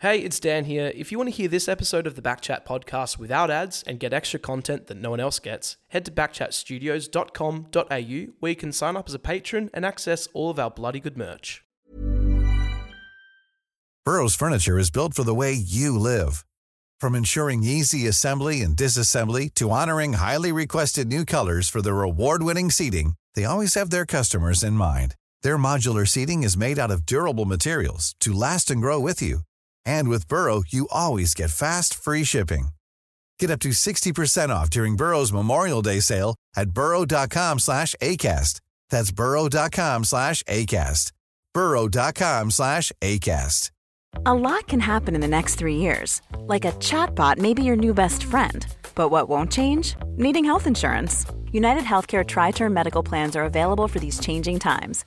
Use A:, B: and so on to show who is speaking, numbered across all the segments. A: Hey, it's Dan here. If you want to hear this episode of the Backchat podcast without ads and get extra content that no one else gets, head to backchatstudios.com.au where you can sign up as a patron and access all of our bloody good merch.
B: Burrow's furniture is built for the way you live. From ensuring easy assembly and disassembly to honoring highly requested new colors for their award-winning seating, they always have their customers in mind. Their modular seating is made out of durable materials to last and grow with you. And with Burrow, you always get fast, free shipping. Get up to 60% off during Burrow's Memorial Day sale at burrow.com slash ACAST. That's burrow.com slash ACAST. burrow.com slash ACAST.
C: A lot can happen in the next three years. Like a chatbot may be your new best friend. But what won't change? Needing health insurance. United Healthcare Tri Term Medical Plans are available for these changing times.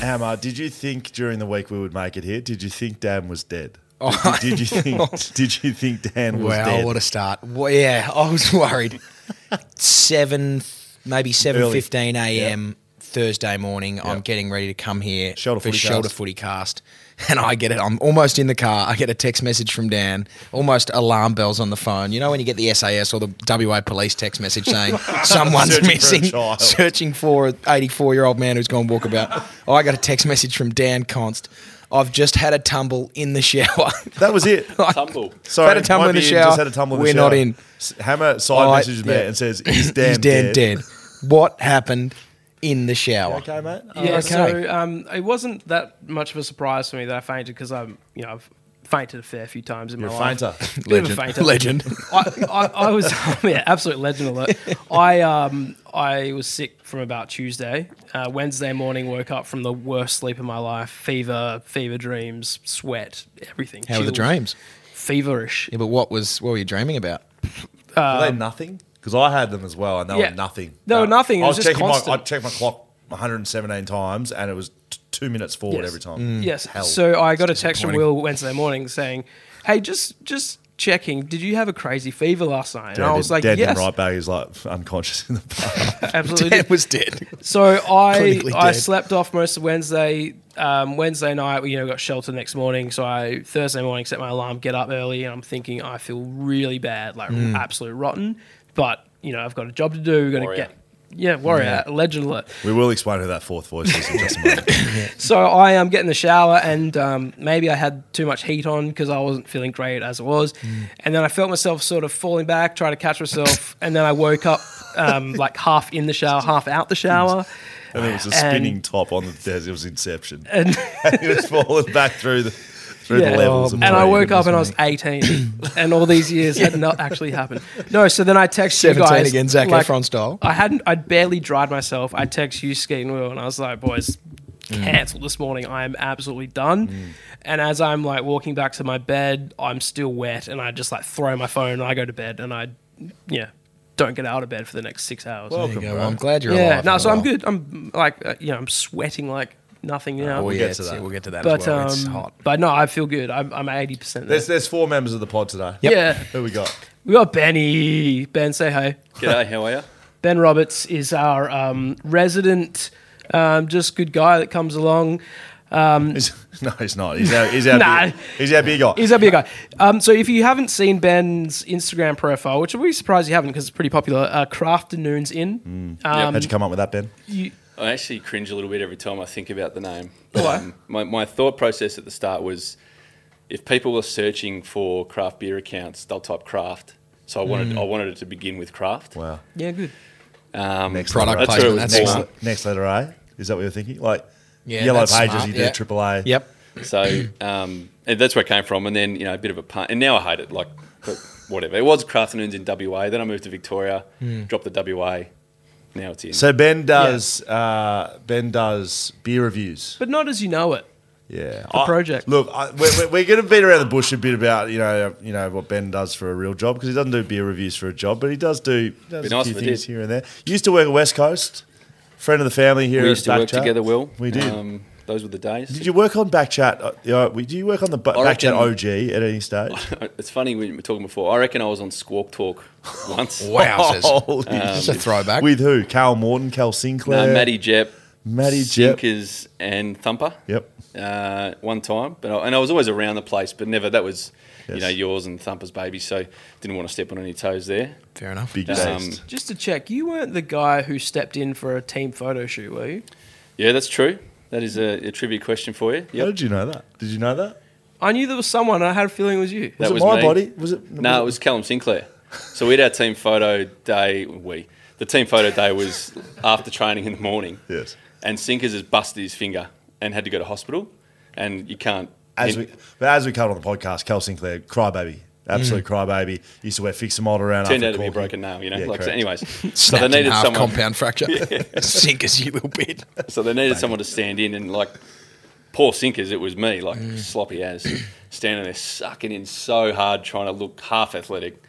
D: Hammer, did you think during the week we would make it here? Did you think Dan was dead? Did, did you think? Did you think Dan was
E: Oh. Wow,
D: dead?
E: what a start! Well, yeah, I was worried. seven, maybe seven fifteen a.m. Thursday morning. I'm getting ready to come here
D: Shoulder
E: for
D: footy cast.
E: shoulder footy cast, and I get it. I'm almost in the car. I get a text message from Dan. Almost alarm bells on the phone. You know when you get the SAS or the WA police text message saying someone's
D: Searching for a
E: missing,
D: child.
E: searching for an 84 year old man who's gone walkabout. I got a text message from Dan Const. I've just had a tumble in the shower.
D: that was it.
F: Tumble.
D: Sorry,
E: had a tumble
D: might
E: in the
D: be
E: shower.
D: Just had a tumble in
E: We're
D: the shower.
E: not in.
D: S- Hammer side
E: All right,
D: messages me
E: yeah.
D: and says, "Is Dan,
E: He's Dan dead. What happened in the shower?
D: Okay, mate.
A: Yeah,
E: okay.
A: so um, it wasn't that much of a surprise for me that I fainted because I'm, you know, I've fainted a fair few times in
D: You're a
A: my
D: fainter.
A: life. Bit of a fainter. I, I, I was yeah, absolute legend alert. I um I was sick from about Tuesday. Uh, Wednesday morning, woke up from the worst sleep of my life. Fever, fever dreams, sweat, everything.
E: How were the
A: Chills.
E: dreams?
A: Feverish.
E: Yeah, but what was what were you dreaming about?
D: Were
E: Um,
D: they nothing? Because I had them as well, and they
A: Yeah.
D: were nothing.
A: They were nothing. It
D: I
A: was just
D: checking my, I
A: constant.
D: checked my clock 117 times, and it was t- two minutes forward
A: Yes.
D: every time.
E: Mm.
A: Yes.
D: Mm, Hell.
A: So I got a text from
D: disappointing.
A: Will Wednesday morning saying, "Hey, just just checking. Did you have a crazy fever last night?" And
D: Dan
A: I was
D: did-
A: like,
D: Dan did
A: "Yes,
D: right back. He's like unconscious in the bar.
A: absolutely."
E: Dan was dead.
A: So I
E: Clinically
A: I
E: dead.
A: slept off most of Wednesday. Um, Wednesday night, we, you know, got shelter the next morning. So I Thursday morning set my alarm, get up early, and I'm thinking I feel really bad, like
E: Hmm.
A: absolute rotten. But you know, I've got a job to do. Got to
F: Warrior.
A: get yeah, warrior, legend alert.
D: we will explain who that fourth voice is in just a moment.
A: So I um, get in the shower, and um, maybe I had too much heat on because I wasn't feeling great as it was.
E: Hmm.
A: And then I felt myself sort of falling back, trying to catch myself, and then I woke up um, like half in the shower, half out the shower.
D: And there was a
A: And-
D: spinning top on the desk. It was Inception.
A: And
D: he was falling back through the through
A: Yeah.
D: the levels. of
A: and I
D: pain.
A: woke up and I was 18, and all these years had not actually happened. No, so then I text you
E: Seventeen
A: guys
E: again, Zac
A: like,
E: Efron style.
A: I hadn't, I'd barely dried myself. I text you, Skeet and Will, and I was like, boys,
E: Mm.
A: cancel this morning. I am absolutely done. And as I'm like walking back to my bed, I'm still wet, and I just like throw my phone and I go to bed, and I, yeah, don't get out of bed for the next six hours.
E: There you go. Well, I'm glad you're
A: yeah,
E: alive.
A: no,
E: and
A: so I'm
E: well.
A: good. I'm like, uh, you know, I'm sweating like nothing now.
E: Oh,
D: We'll
E: yeah,
D: get to
E: it's-
D: that.
E: We'll get to that
A: But
E: as well.
A: um,
E: it's hot.
A: but no, I feel good. I'm I'm eighty percent.
D: There's there's four members of the pod today.
A: Yeah,
D: Who we got?
A: we got Benny. Ben, say hey.
F: G'day, how are you?
A: Ben Roberts is our um, resident, um, just good guy that comes along.
D: He's- no, he's not. He's our he's our
A: Nah.
D: big, he's our big guy.
A: Mm. He's a big guy. Um, so if you haven't seen Ben's Instagram profile, which I'm really surprised you haven't because it's pretty popular, uh, Craft and Noons
E: Mm.
A: In. Um,
D: How'd you come up with that, Ben?
A: you-
F: I actually cringe a little bit every time I think about the name. Um,
A: Why?
F: my, my thought process at the start was if people are searching for craft beer accounts, they'll type craft. So I wanted I wanted it to begin with craft.
D: Hmm. Wow.
A: yeah, good.
F: Um,
D: Next
E: Product
D: letter,
F: that's where
E: placement,
F: it was
E: that's
D: next,
F: born.
E: smart.
D: le- next letter A. Is that what you're thinking? Like
E: Yeah,
D: yellow
E: that's
D: pages,
E: smart,
D: you
E: yeah.
D: do triple A.
E: Yep.
F: So um, and that's where it came from, and then you know a bit of a pun, and now I hate it. Like, but whatever. It was Craft Noons in WA. Then I moved to Victoria, dropped the WA, Now it's in.
D: Hmm. So Ben does uh, Ben does beer reviews.
A: but not as you know it.
D: Yeah,
A: The project.
D: Look, I, we're, we're going to beat around the bush a bit about you know you know what Ben does for a real job because he doesn't do beer reviews for a job, but he does do he does
F: Be
D: a
F: nice
D: few
F: if he
D: things
F: did.
D: here and there. Used to work at West Coast, friend of the family here.
F: we
D: at
F: used to work
D: Backchat.
F: together, Will.
D: We did.
F: Um, those were the days.
D: did you work on Backchat? Uh, yeah, we- Do you work on the bu-
F: I reckon-
D: Backchat OG at any stage?
F: it's funny we were talking before. I reckon I was on Squawk Talk once.
E: Wowzers.
F: Um,
D: Holy
E: It's a
D: shit.
E: throwback.
D: With who? Cal Morton, Cal Sinclair,
F: No, Matty Jepp,
D: Matty Jepp.
F: Sinkers, and Thumper.
D: Yep.
F: Uh, one time, but I, and I was always around the place, but never that was, you
D: Yes.
F: know, yours and Thumper's baby. So didn't want to step on any toes there.
E: Fair enough.
D: Big
F: Um,
D: taste.
A: Just to check, you weren't the guy who stepped in for a team photo shoot, were you?
F: Yeah, that's true. That is a, a trivia question for you.
D: How
F: Yep.
D: did you know that? Did you know that?
A: I knew there was someone. And I had a feeling it was you.
F: That
D: was
F: was
D: it my
F: me.
D: body? Was it?
F: No, it was Callum Sinclair. So we had our team photo day. We the team photo day was after training in the morning.
D: Yes.
F: And Sinkers has busted his finger and had to go to hospital, and you can't.
D: As we, but as we covered on the podcast, Cal Sinclair, crybaby, absolute crybaby, used to wear fixamol around.
F: Mm. turned
D: after
F: out to be a
D: Corky.
F: broken nail, you know.
D: Yeah,
F: like, so
D: correct.
F: anyways, so
E: Snapped
F: they needed
E: in half
F: someone.
E: compound fracture. Sink as you little bit.
F: So they needed someone to stand in and like poor sinkers. It was me, like sloppy as, standing there sucking in so hard, trying to look half athletic.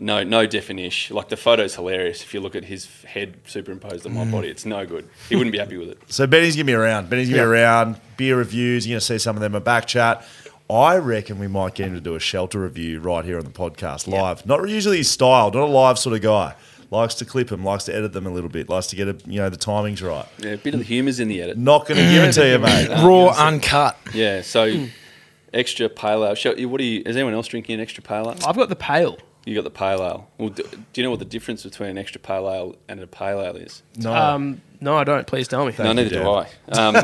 F: No, no definition. Like the photo's hilarious. If you look at his head superimposed on my body, it's no good. He wouldn't be happy with it.
D: So Benny's gonna be around. Benny's gonna be around. Beer reviews. You're gonna see some of them at back chat. I reckon we might get him to do a shelter review right here on the podcast live. Not usually his style. Not a live sort of guy. Likes to clip them. Likes to edit them a little bit. Likes to get a, you know the timings right.
F: Yeah, a bit of the humour's in the edit.
D: Not gonna give it to you, mate.
E: Raw, uncut.
F: Yeah, so extra pale ale. Shall- What do you? Is anyone else drinking an extra pale ale?
A: I've got the pale.
F: You got the pale ale. Well, do, do you know what the difference between an extra pale ale and a pale ale is?
D: No.
E: Oh.
A: Um, no, I don't. Please tell me.
F: No,
D: you,
F: neither do I. Um,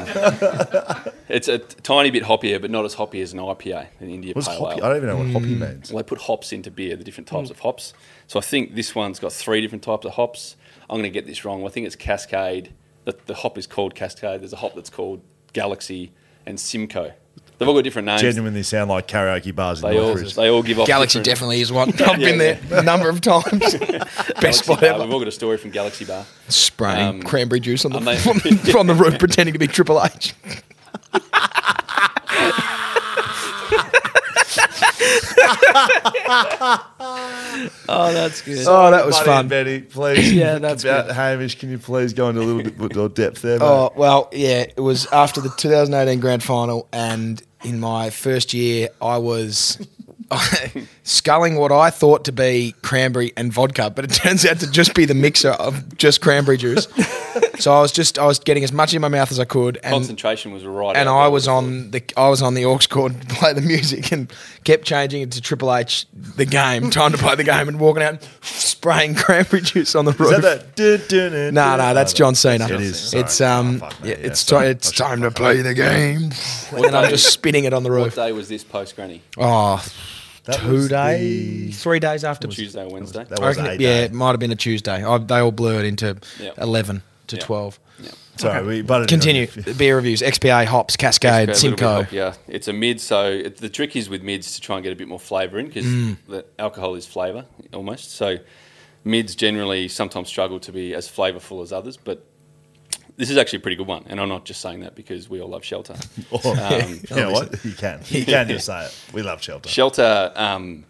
F: it's a t- tiny bit hoppier, but not as hoppy as an IPA, an India
D: What's
F: Pale
D: hoppy? I don't
F: Ale.
D: Hmm. even know what hoppy means.
F: Mm. Well, they put hops into beer, the different types of hops. So I think this one's got three different types of hops. I'm going to get this wrong. I think it's Cascade. The, the hop is called Cascade. There's a hop that's called Galaxy and Simcoe. They've all got different names.
D: Genuinely sound like karaoke bars in
F: They all,
D: Northridge.
F: they all give off
E: Galaxy
F: different-
E: definitely is one. I've been
F: yeah.
E: there a number of times. Best
F: Galaxy
E: spot
F: Bar. We've
E: ever.
F: all got a story from Galaxy Bar.
E: Spraying
F: Um,
E: cranberry juice on the,
F: I may-
E: from, from the roof, pretending to be Triple H.
A: Oh, that's good.
E: Oh, that was
D: Buddy and
E: fun.
D: Benny, please.
A: Yeah, that's
D: about
A: good.
D: Hamish. Can you please go into a little bit more depth there? Mate?
E: Oh well, yeah. It was after the 2018 grand final, and in my first year, I was sculling what I thought to be cranberry and vodka, but it turns out to just be the mixer of just cranberry juice. so I was just I was getting as much in my mouth as I could, and
F: Concentration was right.
E: and
F: out
E: I
F: there.
E: was on the I was on the aux cord to play the music and kept changing it to Triple H, the game, time to play the game, and walking out and spraying cranberry juice on the roof.
D: Is that that?
E: No, no, that's John Cena.
D: It is.
E: It's
D: Sorry.
E: um,
D: Oh, fuck, mate.
E: yeah,
D: Yeah,
E: it's
D: sorry.
E: ti- it's
D: I should-
E: time to play the game, and then I'm just spinning it on the
F: What
E: roof.
F: day was this post granny?
E: Oh,
D: That
E: two
D: was the-
E: days, three days after.
F: Tuesday or Wednesday?
D: That
E: I
D: was
E: reckon
D: a
E: it- yeah,
D: day.
E: it might have been a Tuesday. I, they all blurred into
F: Yeah.
E: eleven to
F: Yeah.
E: twelve.
D: Sorry, we butted in on
E: Continue.
D: you.
E: Beer reviews, XPA, Hops, Cascade,
F: It's got a little
E: Simcoe.
F: bit hoppier. It's a mid, so it, the trick is with mids to try and get a bit more flavour in because the alcohol is flavour almost. So mids generally sometimes struggle to be as flavourful as others, but this is actually a pretty good one, and I'm not just saying that because we all love Shelter.
D: Oh,
E: Um,
D: you know
E: obviously.
D: what? You can. You can just say it. We love shelter.
F: Shelter, um,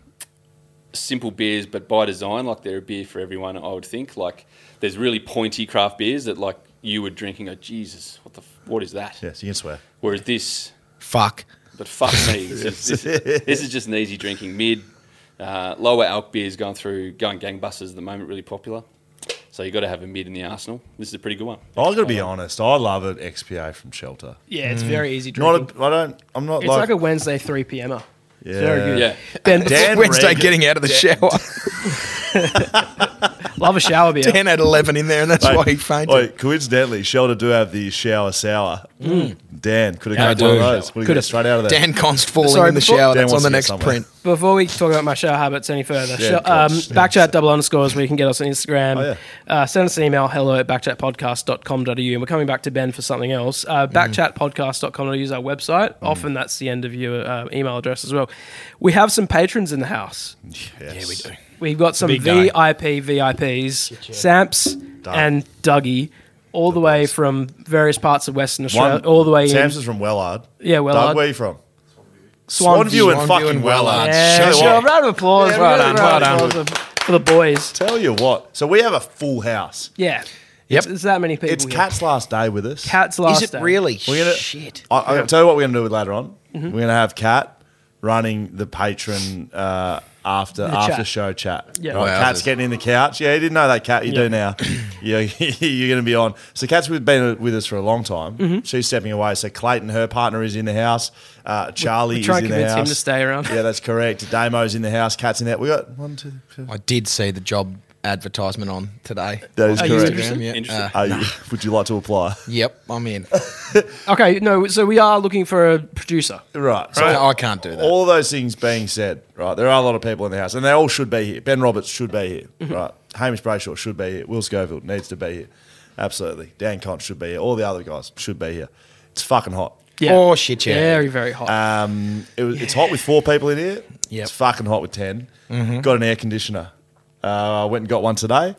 F: simple beers, but by design, like they're a beer for everyone. I would think like there's really pointy craft beers that like you would drink and go, Jesus, what the, f- what is that?
D: Yes, you can swear.
F: Whereas this,
E: Fuck.
F: But fuck me, this, is, this- this is just an easy drinking mid. Uh, lower alc beers going through, going gangbusters at the moment, really popular. So you got to have a mid in the arsenal. This is a pretty good one.
D: i got to be honest. I love an XPA from shelter.
A: yeah,
E: Mm.
A: it's very easy
D: Not.
A: drinking.
D: A, I don't. I'm not
A: it's like,
D: like.
A: a Wednesday 3 p.m.er.
D: yeah.
A: Oh. very good.
F: Yeah,
A: Ben,
D: Dan
E: Wednesday,
D: Reagan-
E: getting out of the shower.
A: love a shower beer.
E: Dan had eleven in there, and that's
D: Mate,
E: why he fainted.
D: oi, coincidentally, Shelter do have the shower sour. Dan could
E: Mm. Yeah,
D: have grabbed
E: I
D: one
E: do.
D: of those. Would have
E: Could've.
D: straight out of there.
E: Dan Const falling
A: Sorry,
E: in the
A: before-
E: shower.
D: Dan
E: That's
D: wants
E: on the
D: to get
E: next
D: somewhere.
E: print.
A: Before we talk about my shower habits any further,
D: Yeah,
A: sho-
D: of
A: um,
D: course.
A: backchat double underscores where you can get us on Instagram.
D: Oh, yeah.
A: uh, send us an email, hello at backchatpodcast.com.au. And we're coming back to Ben for something else. Uh,
D: Mm-hmm.
A: backchatpodcast.com.au is our website. Often that's the end of your uh, email address as well. We have some patrons in the house.
D: Yes.
E: Yeah, we do.
A: We've got some
E: big
A: VIP VIPs, Samps and Dougie, all the way from various parts of Western Australia,
D: One-
A: all the way
D: Sam's
A: in.
D: is from Wellard.
A: Yeah, Wellard.
D: Doug, where you from?
A: Swanview.
D: Swanview, and
E: Swanview
D: fucking
E: and
D: Wellard.
E: Wellard.
A: Yeah,
D: Tell you
A: sure.
D: what.
A: Round of applause.
E: Yeah,
A: round of
E: round of
A: applause for- for the boys.
D: Tell you what. So we have a full house.
A: Yeah.
E: Yep.
A: It's, it's that many people.
D: It's
A: here.
D: Cat's last day with us.
A: Cat's last.
E: Is it
A: day.
E: really?
D: We're gonna,
E: Shit.
D: I, I'll tell you what we're going to do with later on.
A: Mm-hmm.
D: We're going to have Kat running the patron uh, after
A: chat.
D: after show chat.
A: Yeah.
D: Right,
A: Wowzers.
D: Kat's getting in the couch. Yeah, you didn't know that, Kat. You do now. you're you're going to be on. So Kat's with- been with us for a long time.
A: Mm-hmm.
D: She's stepping away. So Clayton, her partner, is in the house. Uh, Charlie
A: try
D: is
A: and
D: in the
A: convince
D: house.
A: him to stay around.
D: Yeah, that's correct. Damo's in the house. Kat's in there. We got one, two, three.
E: I did see the job advertisement on today.
D: That is
A: Oh,
E: On
D: correct.
E: Instagram, yeah.
F: Interesting.
E: Uh,
D: Are you, would you like to apply?
E: yep, I'm in.
A: Okay, no, so we are looking for a producer.
D: Right.
E: So I can't do that.
D: All of those things being said, right, there are a lot of people in the house, and they all should be here. Ben Roberts should be here,
E: Mhm.
D: right? Hamish Brayshaw should be here. Will Scoville needs to be here. Absolutely. Dan Conn should be here. All the other guys should be here. It's fucking hot.
A: Yeah.
E: Oh, shit, yeah.
A: Very, very hot.
D: Um, it was, It's hot with four people in here.
E: Yep. Mm-hmm.
D: It's fucking hot with 10. Got an air conditioner. Uh, I went and got one today.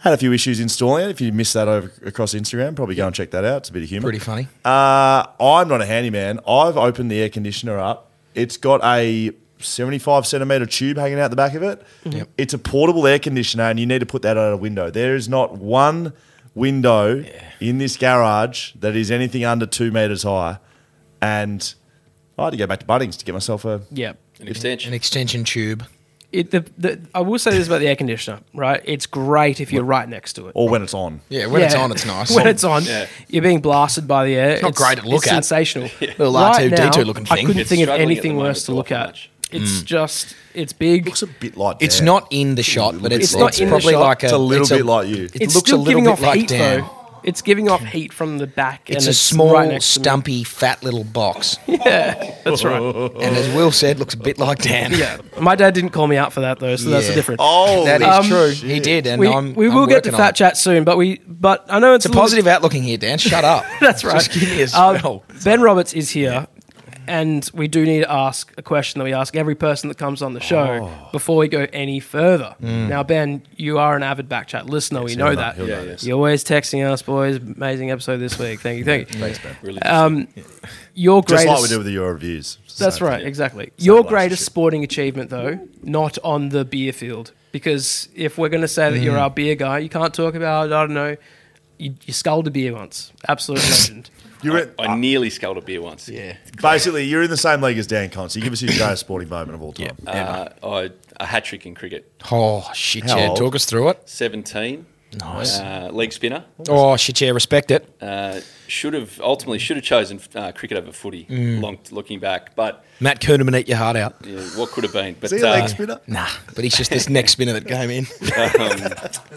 D: Had a few issues installing it. If you missed that over across Instagram, probably go and check that out. It's a bit of humor.
E: Pretty funny.
D: Uh, I'm not a handyman. I've opened the air conditioner up. It's got a 75 centimeter tube hanging out the back of it.
E: Mm-hmm. Yep.
D: It's a portable air conditioner, and you need to put that out a window. There is not one window in this garage that is anything under two meters high. And I had to go back to Bunnings to get myself a.
A: yeah.
F: An extension.
E: An extension tube.
A: It, the, the, I will say this about the air conditioner, right? It's great if you're right next to it.
D: Or when it's on.
E: Yeah, when it's
A: Yeah.
E: on, it's nice.
A: when it's on,
F: Yeah.
A: you're being blasted by the air. It's
E: not great to look
A: it's
E: at.
A: Sensational.
E: Little
A: Right
E: R2D2
A: now,
E: looking
A: I
E: thing. Mm.
A: couldn't
F: It's
A: think of
F: struggling at the
A: anything
F: moment
A: worse
F: to
A: to look
F: look
A: at.
F: much.
A: It's just, it's big.
D: Looks a bit like
E: it's
D: Dan.
E: not in the shot, but it's,
A: It's not
E: it's
A: in the
E: probably
A: shot.
E: like a.
D: It's a little bit like you.
E: It
A: it's
E: looks
A: still
E: a little
A: giving off
E: bit like
A: heat
E: Dan.
A: though. It's giving off heat from the back.
E: It's
A: and
E: a
A: it's
E: small,
A: right next to me.
E: stumpy, fat little box.
A: That's right.
E: and as Will said, looks a bit like Dan.
A: Yeah. My dad didn't call me out for that though, so that's a
E: Yeah.
A: difference.
D: Oh,
E: That is
A: Um,
E: true. He did, and
A: we,
E: I'm.
A: we
E: I'm
A: will get to
E: working on
A: fat
E: it.
A: chat soon, but we but I know it's,
E: It's
A: a
E: a
A: little-
E: positive outlook in here, Dan. Shut up.
A: That's right.
E: Just give me a
A: Um,
E: spell.
A: ben Roberts is here, and we do need to ask a question that we ask every person that comes on the show
E: Oh.
A: before we go any further.
E: Mm.
A: Now, Ben, you are an avid backchat listener. we know
D: he'll know-
A: that.
D: he'll know
F: this.
A: You're always texting us, boys. Amazing episode this week. Thank you. Thank you. Thanks, Ben.
F: Really
A: Um, your
D: Just
A: greatest.
D: like we do with the Euro reviews. It's the
A: that's
D: same
A: right.
D: thing.
A: Exactly.
D: Same
A: your
D: relationship.
A: greatest sporting achievement, though, not on the beer field, because if we're going to say that you're our beer guy, you can't talk about I don't know. You, you sculled a beer once. Absolute legend.
D: You went-
F: I,
E: Ah.
F: I nearly sculled a beer once. Yeah.
D: Basically, you're in the same league as Dan Conn, so give us your greatest sporting moment of all time.
F: Uh, I, a hat trick in cricket.
E: Oh, shit,
D: How
E: yeah.
D: old?
E: Talk us through it.
F: 17.
E: Nice.
F: Uh, leg spinner.
E: Oh, shit, yeah. Respect it.
F: Uh, should have ultimately should have chosen uh, cricket over footy.
E: Mm.
F: Long looking back, but
E: Matt Kuhneman eat your heart out.
F: yeah, what could have been? But
D: Is he a
F: uh,
D: leg spinner?
E: Nah, but he's just this next spinner that came in.
F: um,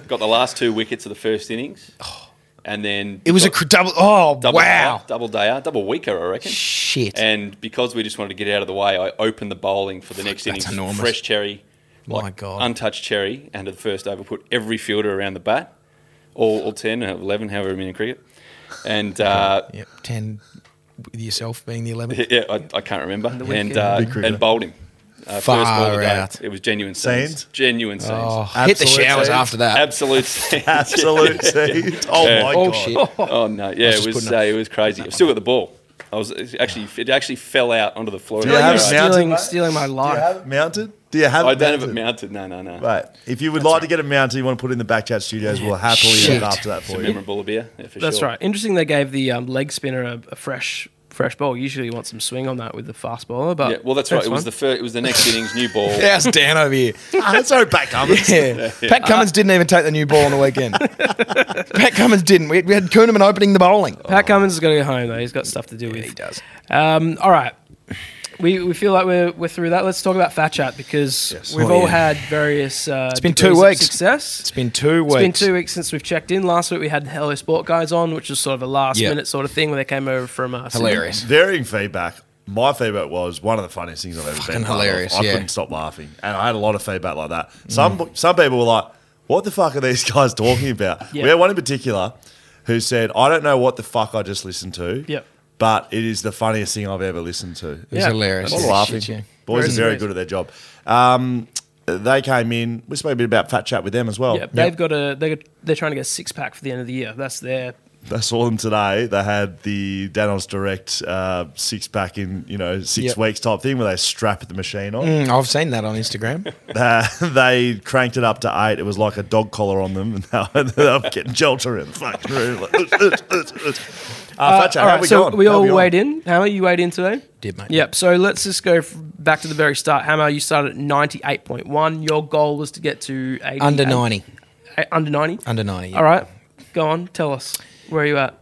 F: got the last two wickets of the first innings, and then
E: Oh. It was a
F: got
E: cr- double. Oh,
F: double
E: wow.
F: day, double dayer, double weaker, I reckon.
E: Shit.
F: And because we just wanted to get out of the way, I opened the bowling for the next
E: that's
F: innings.
E: enormous.
F: Fresh cherry,
E: My God.
F: untouched cherry, and the first over put every fielder around the bat, all, all ten, uh, eleven, however many in cricket, and. Uh,
E: yep, 10 with yourself being the 11th.
F: Yeah, I, I can't remember. And
A: weekend.
F: uh,
D: Big cricketer.
F: and bowled him. Uh,
E: Far
F: first ball of the day.
E: out.
F: It was genuine scenes.
D: Scenes?
F: Genuine scenes.
E: Oh, hit the
D: Absolute
E: showers
D: team.
E: after that.
F: Absolute scenes.
D: Absolute seed. Oh my
E: oh,
D: god.
E: shit.
F: oh no, yeah,
E: just
F: it was
E: putting
F: uh,
E: up-
F: it was crazy. I've still got the ball. I was it's actually it actually fell out onto the floor.
D: Do you have it
F: I
D: mounted,
A: stealing,
D: mate?
A: stealing my
D: Do you
A: life.
D: have it mounted? Do you have it
F: don't have it
D: mounted?
F: mounted. No, no, no.
D: Right. If you would like to get it mounted, you want to put it in the back chat studios, we'll happily
E: Shit.
D: look after that
F: It's a
D: for you.
F: memorable beer. Yeah, for
A: That's
F: sure.
A: right. Interesting. They gave the um, leg spinner a, a fresh, fresh bowl. Usually, you want some swing on that with the fast bowler. But
F: Yeah, well, that's right.
A: next
F: It was
A: one.
F: the first, it was the next innings, new ball.
E: How's Dan over here?
D: That's our Ah, back arms.
E: Yeah. Pat Cummins didn't even take the new ball on the weekend. Pat Cummins didn't. We, we had Kuhneman opening the bowling.
A: Pat Cummins has got to go home though. He's got stuff to do with. Um, all right. We, we feel like we're, we're through that. Let's talk about Fat Chat because we've
E: Oh,
A: all
E: yeah.
A: had various. Uh, it's
E: been two weeks.
A: Success.
E: It's been two weeks.
A: It's been two weeks since we've checked in. Last week we had the Hello Sport guys on, which was sort of a last
E: Yeah.
A: minute sort of thing where they came over from uh, Sydney.
E: Hilarious.
D: Varying feedback. My feedback was one of the funniest things I've ever been. part of.
E: hilarious,
D: I
E: yeah.
D: couldn't stop laughing, and I had a lot of feedback like that. Some some people were like, "What the fuck are these guys talking about?"
A: Yeah.
D: We had one in particular who said, "I don't know what the fuck I just listened to."
A: Yep.
D: But it is the funniest thing I've ever listened to.
E: It was
A: Yeah.
E: hilarious.
D: I'm
E: Yeah,
D: laughing.
E: shit, yeah.
D: Boys
A: Very
D: are very
A: nice.
D: good at their job. Um, they came in. We spoke a bit about fat chat with them as well.
A: Yeah, they've got a they they're trying to get a six pack for the end of the year. That's their
D: I saw them today. They had the Danos Direct uh, six pack in you know six
E: Yep.
D: weeks type thing where they strap the machine on.
E: Mm, I've seen that on Instagram.
D: Uh, they cranked it up to eight. It was like a dog collar on them, and they were- they were getting jolter in the fucking room. Like, "Ut, ut, ut, ut." Uh, Fat Chat,
A: all
D: how
A: right,
D: we
A: so
D: going?
A: we
D: How
A: all
D: on?
A: weighed in. Hammer, you weighed in today.
E: Did, mate.
A: Yep. So let's just go f- back to the very start. Hammer, you started at ninety eight point one. Your goal was to get to 88
E: Under 90.
A: Eh, under ninety.
E: Under 90. yeah.
A: All right. Go on. Tell us where are you at.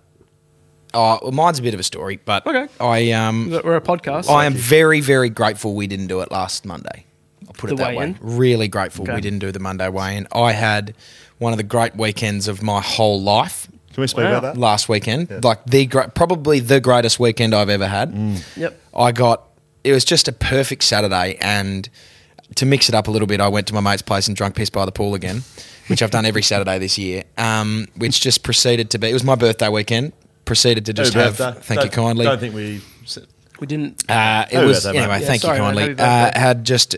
E: Oh, well, mine's a bit of a story, but
A: Okay.
E: I um
A: We're a podcast.
E: I am very, very grateful we didn't do it last Monday. I'll put it
A: The
E: that way.
A: weigh-in?
E: Really grateful
A: Okay.
E: we didn't do the Monday weigh-in. I had one of the great weekends of my whole life
D: Can we speak
A: Wow.
D: about that?
E: last weekend. Like the great, probably the greatest weekend I've ever had.
A: Yep.
E: I got it was just a perfect Saturday, and to mix it up a little bit, I went to my mate's place and drunk piss by the pool again, which I've done every Saturday this year. Um, which just proceeded to be. It was my birthday weekend. Proceeded to just
D: Happy
E: have.
D: birthday.
E: Thank you
D: Don't-
E: kindly.
D: Don't think we.
A: We didn't.
E: Uh, it
D: Happy
E: was
D: birthday, mate.
E: anyway.
A: Yeah,
E: thank
A: sorry,
E: you
A: mate.
E: kindly.
A: Happy birthday.
E: Uh, had just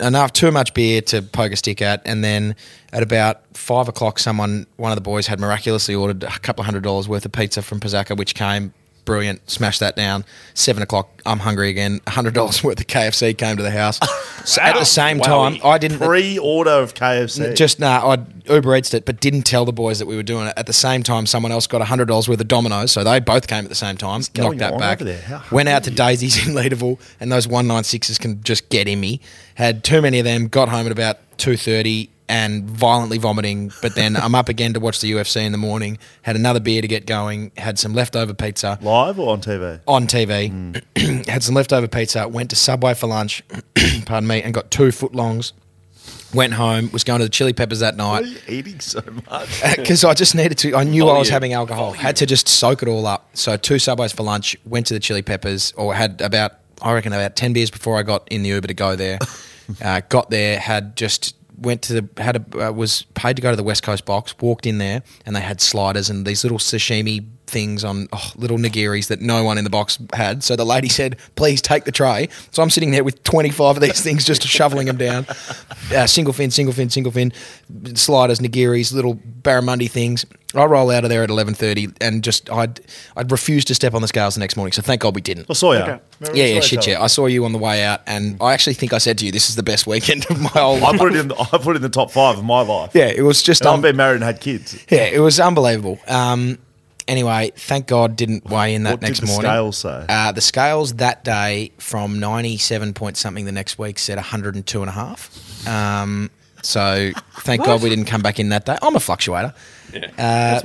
E: enough, too much beer to poke a stick at, and then at about five o'clock, someone, one of the boys, had miraculously ordered a couple of hundred dollars worth of pizza from Pizzacca, which came brilliant. Smashed that down. Seven o'clock, I'm hungry again. hundred dollars worth of KFC came to the house. So at the same time, I didn't
D: pre-order of KFC.
E: just nah, I Uber Eats it, but didn't tell the boys that we were doing it. At the same time, someone else got hundred dollars worth of Dominoes, so they both came at the same time.
D: going
E: Knocked that
D: on
E: back.
D: over there? How
E: Went out to Daisy's in Leaderville, and those one nine sixes can just get in me. Had too many of them. Got home at about two thirty and violently vomiting. But then I'm up again to watch the UFC in the morning. Had another beer to get going. Had some leftover pizza
D: live or on TV?
E: on TV. had some leftover pizza. Went to Subway for lunch. pardon me, and got two foot longs. Went home. Was going to the Chili Peppers that
D: Why
E: night
D: are you eating so much?
E: because I just needed to. I knew I was
F: Volume.
E: having alcohol. Had to just soak it all up. So two subways for lunch. Went to the Chili Peppers, or had about I reckon about ten beers before I got in the Uber to go there. uh, got there, had just went to the had a uh, was paid to go to the West Coast box. Walked in there, and they had sliders and these little sashimi things on oh, little nigiris that no one in the box had. So the lady said, "Please take the tray." So I'm sitting there with 25 of these things, just shoveling them down. Uh, single fin, single fin, single fin, sliders, nigiris, little barramundi things. I roll out of there at 11:30, and just I'd I'd refuse to step on the scales the next morning. So thank God we didn't.
D: I saw you.
E: Yeah, yeah, shit, yeah. I saw you on the way out, and I actually think I said to you, "This is the best weekend of my whole
D: I
E: life."
D: put it in. The, I put it in the top five of my life.
E: Yeah, it was just
D: And I've
E: un-
D: been married and had kids.
E: yeah, it was unbelievable. Um, anyway, thank God didn't weigh in that
D: What did
E: next
D: the
E: morning.
D: scales say?
E: Uh, the scales that day from 97 point something the next week said 102 and a half. Um, so thank God we didn't come back in that day. I'm a fluctuator.
A: That's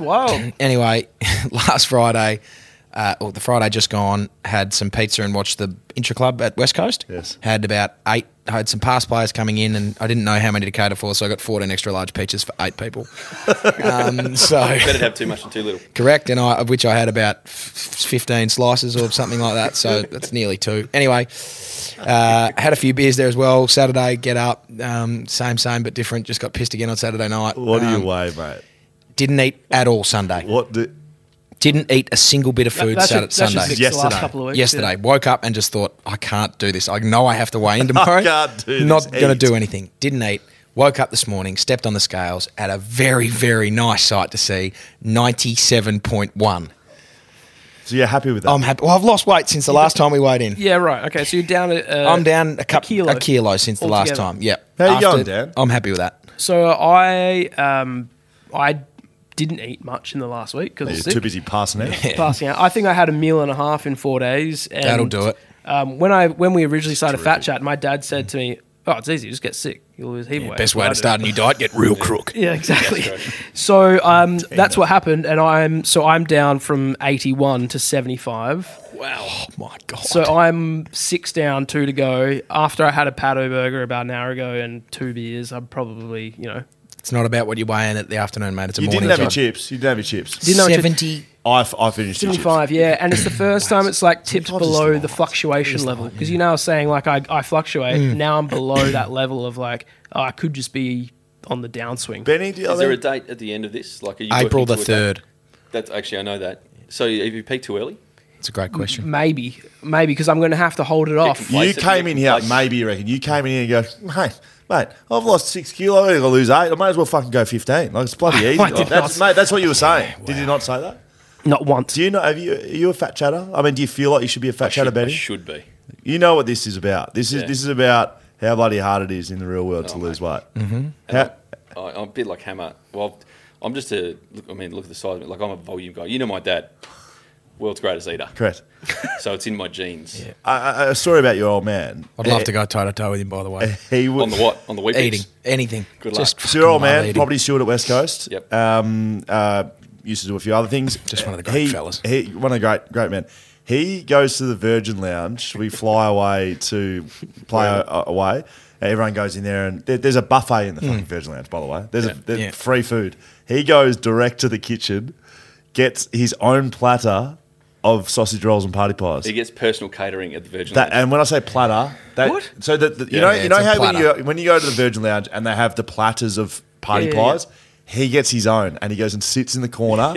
A: wild.
E: Anyway, last Friday, uh, or the Friday just gone, had some pizza and watched the Intra Club at West Coast.
D: Yes.
E: Had about eight, I had some past players coming in and I didn't know how many to cater for, so I got 14 extra large pizzas for eight people. um, so.
F: Better to have too much than too little.
E: Correct, and I of which I had about f- fifteen slices or something like that. So that's nearly two. Anyway, uh, had a few beers there as well. Saturday, get up, um, same same but different. Just got pissed again on Saturday night.
D: What do
E: Um,
D: you weigh, mate?
E: Didn't eat at all Sunday.
D: What do,
E: Didn't eat a single bit of food
A: That's your-
E: Saturday,
A: that's your
E: Sunday.
A: six
D: Yes.
A: last
D: Yesterday.
A: couple of weeks.
E: Yesterday,
A: yeah.
E: woke up and just thought, I can't do this. I know I have to weigh in tomorrow.
D: can't do
E: Not
D: this.
E: gonna
D: Eat.
E: do anything. Didn't eat. Woke up this morning, stepped on the scales at a very, very nice sight to see, ninety-seven point one.
D: So you're happy with that?
E: I'm happy. Well, I've lost weight since the last time we weighed in.
A: Yeah, right. Okay, so you're down at. Uh,
E: I'm down a, cup, a
A: kilo
E: kilo since the last
A: altogether.
E: time. Yeah.
D: How you going, Dan?
E: I'm happy with that.
A: So I um I didn't eat much in the last week
D: You're
A: because
D: too busy passing out.
A: passing out. I think I had a meal and a half in four days. And,
E: That'll do it.
A: Um, when I when we originally started Fat Chat, my dad said to me, "Oh, it's easy. Just get sick. You'll lose heap weight."
E: Best
A: Well,
E: way
A: I
E: to
A: did.
E: start a new diet: get real crook.
A: Yeah, exactly. So um, that's what happened, and I'm so I'm down from 81 to 75.
E: Wow. Oh my god.
A: So I'm six down, two to go. After I had a Pato burger about an hour ago and two beers, I'm probably you know
E: it's not about what you weigh in at the afternoon, mate. It's a
D: You
E: morning
D: didn't have your
E: job.
D: chips. You didn't have your chips.
A: Didn't know what you-
E: Seventy.
D: I, f- I finished your chips.
A: 75, yeah. And it's the first time it's like
D: 75
A: tipped
D: is the
A: below the
D: lowest.
A: fluctuation level. Because you know, I was saying like I, I fluctuate. Now I'm below that level of like, oh, I could just be on the downswing.
D: Benny, do you
F: Is there a date at the end of this? Like, are you
E: April
F: working
E: the
F: to a date?
E: third.
F: That's actually I know that. So have you peaked too early?
E: It's a great
F: mm.
E: question.
A: Maybe, maybe because I'm going to have to hold it off.
F: Place
D: You
F: it in
D: came in
F: different
D: here,
F: place.
D: maybe you reckon. You came in here and go, hey, mate, I've lost six kilos. I'm going to lose eight. I might as well fucking go 15. Like, it's bloody easy.
A: I did
D: that's,
A: not.
D: mate, that's what you were saying. Did you not say that?
A: Not once.
D: Do you know, have you, are you a fat chatter? I mean, do you feel like you should be a fat chatter,
F: should, I
D: Betty?
F: should be.
D: You know what this is about. This is
F: Yeah.
D: this is about how bloody hard it is in the real world to
F: Oh,
D: lose
F: mate.
D: weight.
E: Mm-hmm.
D: How,
F: I, I'm a bit like Hammer. Well, I'm just a. Look, I mean, look at the size of it. Like I'm a volume guy. You know my dad, world's greatest eater.
D: correct.
F: So it's in my genes.
D: I, I, a story about your old man.
E: I'd love to
F: Eh,
E: go toe to toe with him, by the way.
D: He would,
F: On the what? On the wheat
E: eating
F: bix?
E: anything.
F: eh, Good
E: Just
F: luck.
E: fucking
D: So your old
E: love
D: man,
E: eating.
D: property steward at West Coast.
F: Yep.
D: Um, uh, used to do a few other things.
E: Just one of the great
D: He-
E: fellas.
D: He, one of the great, great men. He goes to the Virgin Lounge. We fly away to play a- away. Everyone goes in there, and there, there's a buffet in the fucking Virgin Lounge, by the way. There's, a, there's
E: Hmm. Yeah.
D: free food. He goes direct to the kitchen, gets his own platter of sausage rolls and party pies.
F: He gets personal catering at the Virgin.
D: That,
F: That,
D: and when I say platter, that,
A: What?
D: So that the, you
E: Yeah,
D: know,
E: yeah,
D: you
E: it's
D: know
E: a
D: how when
E: platter.
D: you when you go to the Virgin Lounge and they have the platters of party
A: Yeah, yeah,
D: pies, he gets his own and he goes and sits in the corner,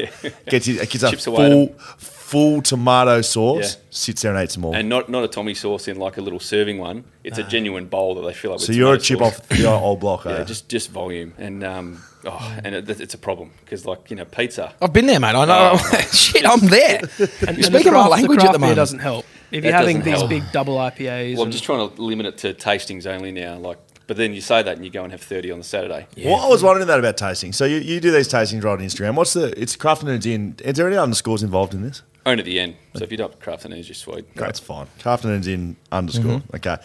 D: gets his gets a
F: Chips
D: full
F: away at
D: full tomato sauce,
F: Yeah.
D: sits there and eats them all.
F: and not not a Tommy sauce in like a little serving one. It's a genuine bowl that they fill up.
D: Ah. so
F: with
D: you're a
F: tomato
D: chip
F: sauce.
D: off your old block,
F: Yeah,
D: eh?
F: just just volume and um
D: Mm.
F: oh, and it, it's a problem because like you know pizza.
D: Oh,
E: I've been there, mate. I know.
F: Oh.
E: Shit, I'm there.
A: And,
E: You're
A: and the
E: speaking my
A: craft-
E: language
A: the
E: at
A: craft
E: the
A: beer
E: moment.
A: doesn't help. If you're
F: That
A: having
F: doesn't
A: these
F: help.
A: big double IPAs,
F: Well, I'm
A: and-
F: just trying to limit it to tastings only now. Like, but then you say that and you go and have thirty on the Saturday.
D: Well, I was wondering that about tasting. So you, you do these tastings right on Instagram. What's the? It's Craft and in. Is there any underscores involved in this?
F: Only the end. So if you don't craft an energy sweet,
D: That's fine. Craft and in underscore.
F: Mm-hmm.
D: Okay.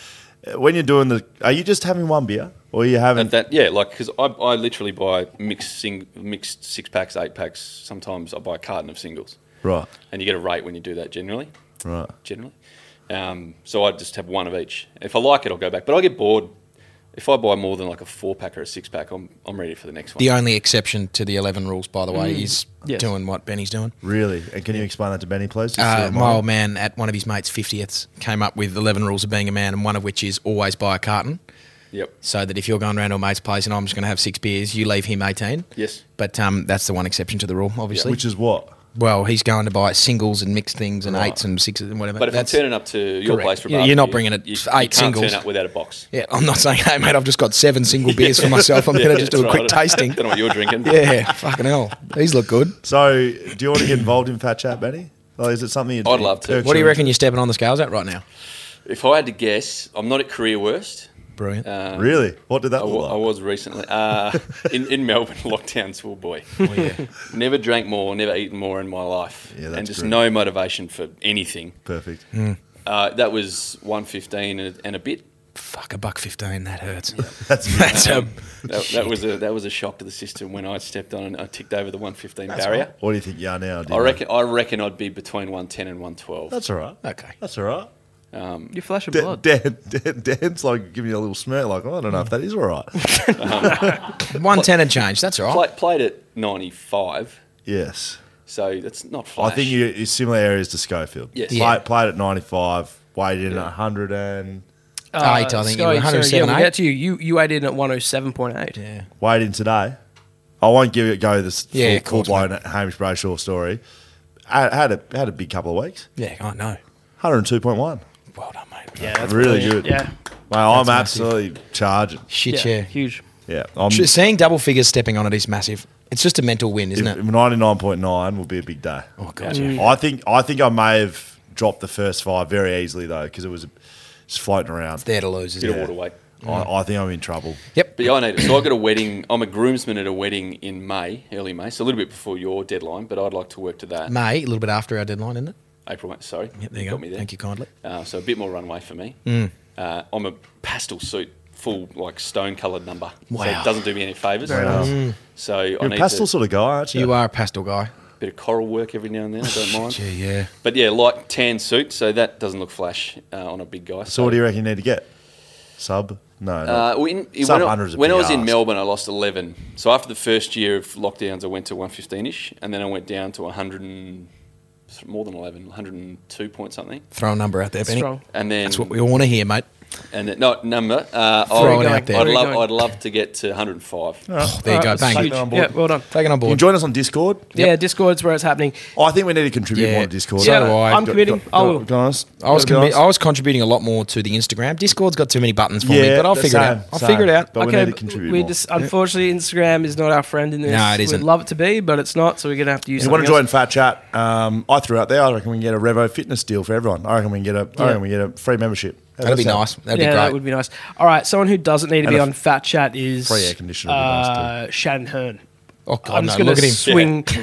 D: Uh, When you're doing the, are you just having one beer or are you having?
F: At that, yeah, like because I, I literally buy mixed sing, mixed six packs, eight packs. Sometimes I buy a carton of singles,
D: right.
F: and you get a rate when you do that generally.
D: Right.
F: Generally, um, so I just have one of each. If I like it, I'll go back. But I get bored if I buy more than like a four pack or a six pack. I'm I'm ready for the next one.
E: The only exception to the 11 rules, by the
F: Mm.
E: way, is
A: Yes.
E: doing what Benny's doing.
D: Really? And can you explain that to Benny, please? Just to
E: Uh,
D: remind
E: my old
D: him.
E: man at one of his mates' 50th came up with 11 rules of being a man, and one of which is always buy a carton.
F: yep.
E: So that if you're going round to a mate's place and I'm just going to have six beers, you leave him 18.
F: Yes.
E: But um, that's the one exception to the rule, obviously.
D: Which is what?
E: well, he's going to buy singles and mixed things and eights and sixes and whatever.
F: But if
E: that's,
F: I'm turning up to your
E: correct.
F: place for a
E: Yeah,
F: barbecue,
E: you're not bringing it
F: you,
E: f-
F: you
E: eight
F: can't
E: singles.
F: turn up without a box.
E: yeah, I'm not saying, hey, mate, I've just got seven single beers for myself. I'm going to just do a
F: That's
E: quick
F: right.
E: tasting.
F: Don't know what you're drinking.
E: yeah, fucking hell. These look good.
D: So, do you want to get involved in Fat Chat, Benny? Or is it something you'd
F: I'd love to.
D: perks
E: What do you
D: into?
E: reckon you're stepping on the scales at right now?
F: If I had to guess, I'm not at career worst.
E: Brilliant.
F: Um,
D: Really? What did
E: Oh,
F: I
D: that
F: wa-
D: look
F: I
D: like?
F: was recently uh, in, in Melbourne lockdown school boy.
E: Oh,
F: never drank more, never eaten more in my life,
D: Yeah,
F: and
D: that's
F: just
D: great.
F: no motivation for anything.
D: Perfect.
E: Hmm.
F: Uh, that was 115 and, and a bit.
E: Fuck, a buck 15, that hurts.
D: That's
E: that's a.
F: That, that was a that was a shock to the system when I stepped on and I ticked over the 115 barrier.
D: What do you think you are now? do
F: I
D: you
F: reckon I reckon I'd be between 110 and 112.
D: That's all right.
E: Okay.
D: That's all right.
A: your flesh and
D: Dan,
A: blood.
D: Dan, Dan, Dan's like giving you a little smirk, like, oh, I don't know if that is all right.
E: 110 and change, that's all
F: Play,
E: right.
F: played at 95,
D: yes.
F: so that's not
D: I
F: flash.
D: think you, you're similar areas to Schofield.
F: Yes.
D: Play-
E: Yeah.
D: Played at 95, weighed in at 100 and
E: eight, I think. you
A: Scotty,
E: were
A: sorry, uh, yeah,
E: 107,
A: we'll
E: eight.
A: get to you. You you weighed in at 107.8.
E: Yeah.
D: weighed in today. I won't give it go this
E: Yeah, of
D: full
E: course,
D: blown Hamish Brayshaw story. I had a had a big couple of weeks.
E: Yeah, I know.
D: Hundred and two point one.
E: Well done, mate.
A: Yeah, that's
D: Really
A: brilliant.
D: good.
A: Yeah,
D: Mate, I'm
E: massive.
D: absolutely charging.
E: Shit,
A: yeah,
E: yeah.
A: huge.
D: Yeah, I'm
E: Tr- Seeing double figures stepping on it is massive. It's just a mental win, isn't it?
D: ninety nine point nine will be a big day.
E: Oh, God,
F: Mm.
E: yeah.
D: I think I think I may have dropped the first five very easily though because it was just floating around.
E: There Mm. to lose,
F: bit
E: isn't
F: of
E: it?
F: water weight.
D: I, I think I'm in trouble.
E: Yep.
F: But yeah, I need it. So I got a wedding. I'm a groomsman at a wedding in May, early May, so a little bit before your deadline. But I'd like to work to that.
E: May, a little bit after our deadline, isn't it?
F: April, May- sorry,
E: Yep, there you go.
F: got me there.
E: Thank you kindly.
F: Uh, so a bit more runway for me. Uh, I'm a pastel suit, full like stone coloured number. So
E: Wow.
F: it doesn't do me any favours.
D: nice.
F: So I
D: You're a
F: need
D: pastel
F: to,
D: sort of guy, aren't you?
E: You are a pastel guy.
F: a bit of coral work every now and then. I don't mind.
E: Gee, yeah.
F: But yeah, light tan suit, so that doesn't look flash uh, on a big guy.
D: So what do you reckon you need to get? Sub? No.
F: Uh,
D: not-
F: when
D: Sub
F: when, I,
D: 100s a
F: when I
D: big
F: was in
D: ask.
F: Melbourne, I lost 11. So after the first year of lockdowns, I went to 115 ish, and then I went down to 100 and more than 11, 102 point something.
E: Throw a number out there, Benny.
A: Strong.
F: And then
E: That's what we all want to hear, mate.
F: And that, no number. Uh,
E: Throw
F: I'd,
E: it out there.
F: I'd
A: Where are
F: love,
A: you going?
F: I'd love to get to 105.
E: there you go, bang.
A: Huge.
D: Take that on board.
A: Yeah, well done.
E: Taken on
D: You can
E: board.
D: join us on Discord.
A: Yeah, Discord's where it's happening.
D: Oh, I think we need to contribute
E: Yeah.
D: more to Discord.
E: So Yeah, do I.
A: I'm
E: Got-
A: committing. I will.
D: Guys,
E: I was commi- I was contributing a lot more to the Instagram. Discord's got too many buttons for me,
D: Yeah,
E: but I'll
D: the
E: figure it
D: same,
E: out. I'll
D: same.
E: figure it out.
D: But we need to
A: but
D: contribute
A: we
D: more.
A: just unfortunately Instagram is not our friend in this.
E: No, it isn't.
A: We'd love it to be, but it's not. So we're gonna have to use.
D: If you want to
A: something
D: join
A: else.
D: Fat Chat, um, I threw out there. I reckon we can get a Revo fitness deal for everyone. I reckon we can get a. I reckon we can get a free membership. How
E: That'd
D: does
E: be
D: that?
E: nice. That'd be
A: yeah,
E: great.
A: that would be nice. All right, someone who doesn't need to
D: And
A: be
D: a
A: on Fat Chat is
D: free air conditioner would be nice
A: Uh, Shannon Hearn.
E: oh God,
A: I'm
E: no,
A: just gonna
E: look at him.
A: swing.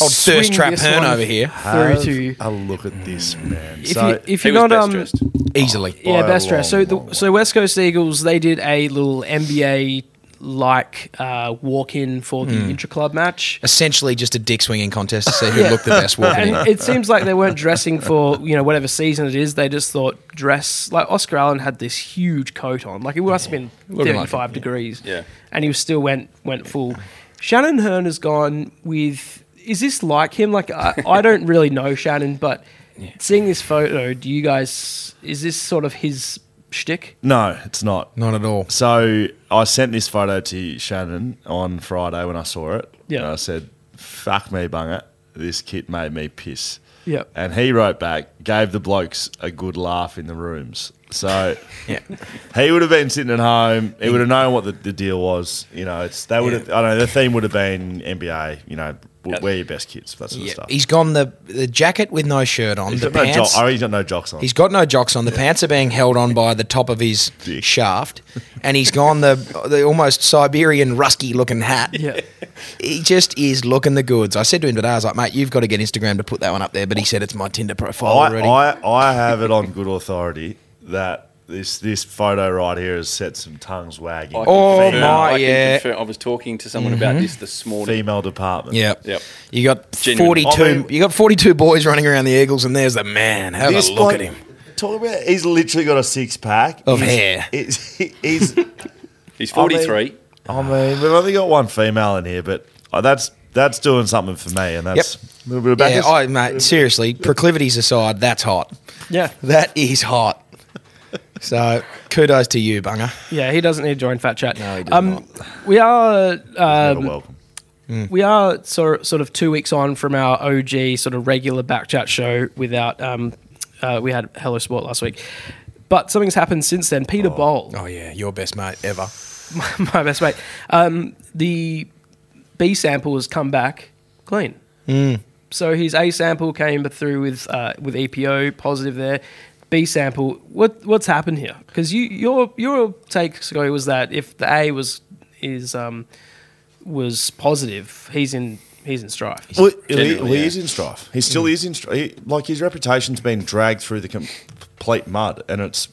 E: Old thirst
A: swing
E: trap
A: this
E: Hearn
A: one
E: over here.
A: Through
D: Have
A: to
D: a look at this man.
A: if
D: so
A: you if
F: He
A: you're not
F: was best
A: um
F: dressed.
E: Easily.
A: yeah
D: by a
A: best dressed. So
D: long,
A: the
D: long
A: so West Coast Eagles they did a little NBA like uh, walk in for the intra club match.
E: Essentially, just a dick swinging contest to see who looked the best walking in.
A: and it seems like they weren't dressing for you know whatever season it is. They just thought dress like Oscar Allen had this huge coat on, like it must have been
E: Looking like
A: thirty-five degrees.
F: Yeah.
A: and he still went went full. Shannon Hearn has gone with. Is this like him? Like I, I don't really know Shannon, but seeing this photo, do you guys? Is this sort of his shtick?
D: no, it's not.
E: Not at all.
D: So I sent this photo to Shannon on Friday when I saw it.
A: Yeah.
D: And I said, fuck me, bunger. This kid made me piss.
A: Yep.
D: And he wrote back, gave the blokes a good laugh in the rooms. So
E: Yeah.
D: he would have been sitting at home. He would have known what the, the deal was. You know, it's they would have, I don't know, the theme would have been NBA, you know, w- wear your best kits, that sort
E: Yeah.
D: of stuff.
E: He's gone the the jacket with no shirt on.
D: He's
E: the
D: got no jo-
E: pants.
D: oh, he's got no jocks on.
E: He's got no jocks on. The pants are being held on by the top of his
D: Dick.
E: shaft, and he's gone the the almost Siberian rusky looking hat.
A: Yeah.
E: He just is looking the goods. I said to him today, I was like, mate, you've got to get Instagram to put that one up there. But he said it's my Tinder profile
D: I,
E: already.
D: I, I have it on good authority that this this photo right here has set some tongues wagging.
F: I can
E: Oh,
F: confirm-
E: my,
F: I can
E: yeah. Mm-hmm.
F: confirm- I was talking to someone about this this morning.
D: female department.
E: yeah.
F: Yep.
E: You got
F: Genuinely.
E: forty two.
D: I mean-
E: you got forty two boys running around the Eagles, and there's the man. Have
D: This
E: a look at
D: bloke-
E: him.
D: Talk about he's literally got a six pack
E: Of
D: He's-
E: hair.
D: It's, he's
F: He's 43.
D: I mean, we've only got one female in here, but uh, that's that's doing something for me, and that's a little bit of
E: Yeah,
D: backers.
E: I, mate. Seriously, proclivities aside, that's hot.
A: Yeah.
E: That is hot. So kudos to you, Bunger.
A: Yeah, he doesn't need to join Fat Chat. Um,
E: No, he does not.
A: We are
D: You're
A: um,
D: welcome.
A: we are sort sort of two weeks on from our OG sort of regular backchat show. Without um, uh, we had Hello Sport last week, but something's happened since then. Peter Bowl,
E: Oh yeah, your best mate ever.
A: my best mate, um, the B sample has come back clean. So his A sample came through with uh, with EPO positive there. B sample, what what's happened here? Because you your your take Scotty, was that if the A was is um, was positive, he's in he's in strife.
D: Well, he,
F: Generally,
D: he
F: yeah.
D: is in strife. He still is in strife. He, like his reputation's been dragged through the com- complete mud, and it's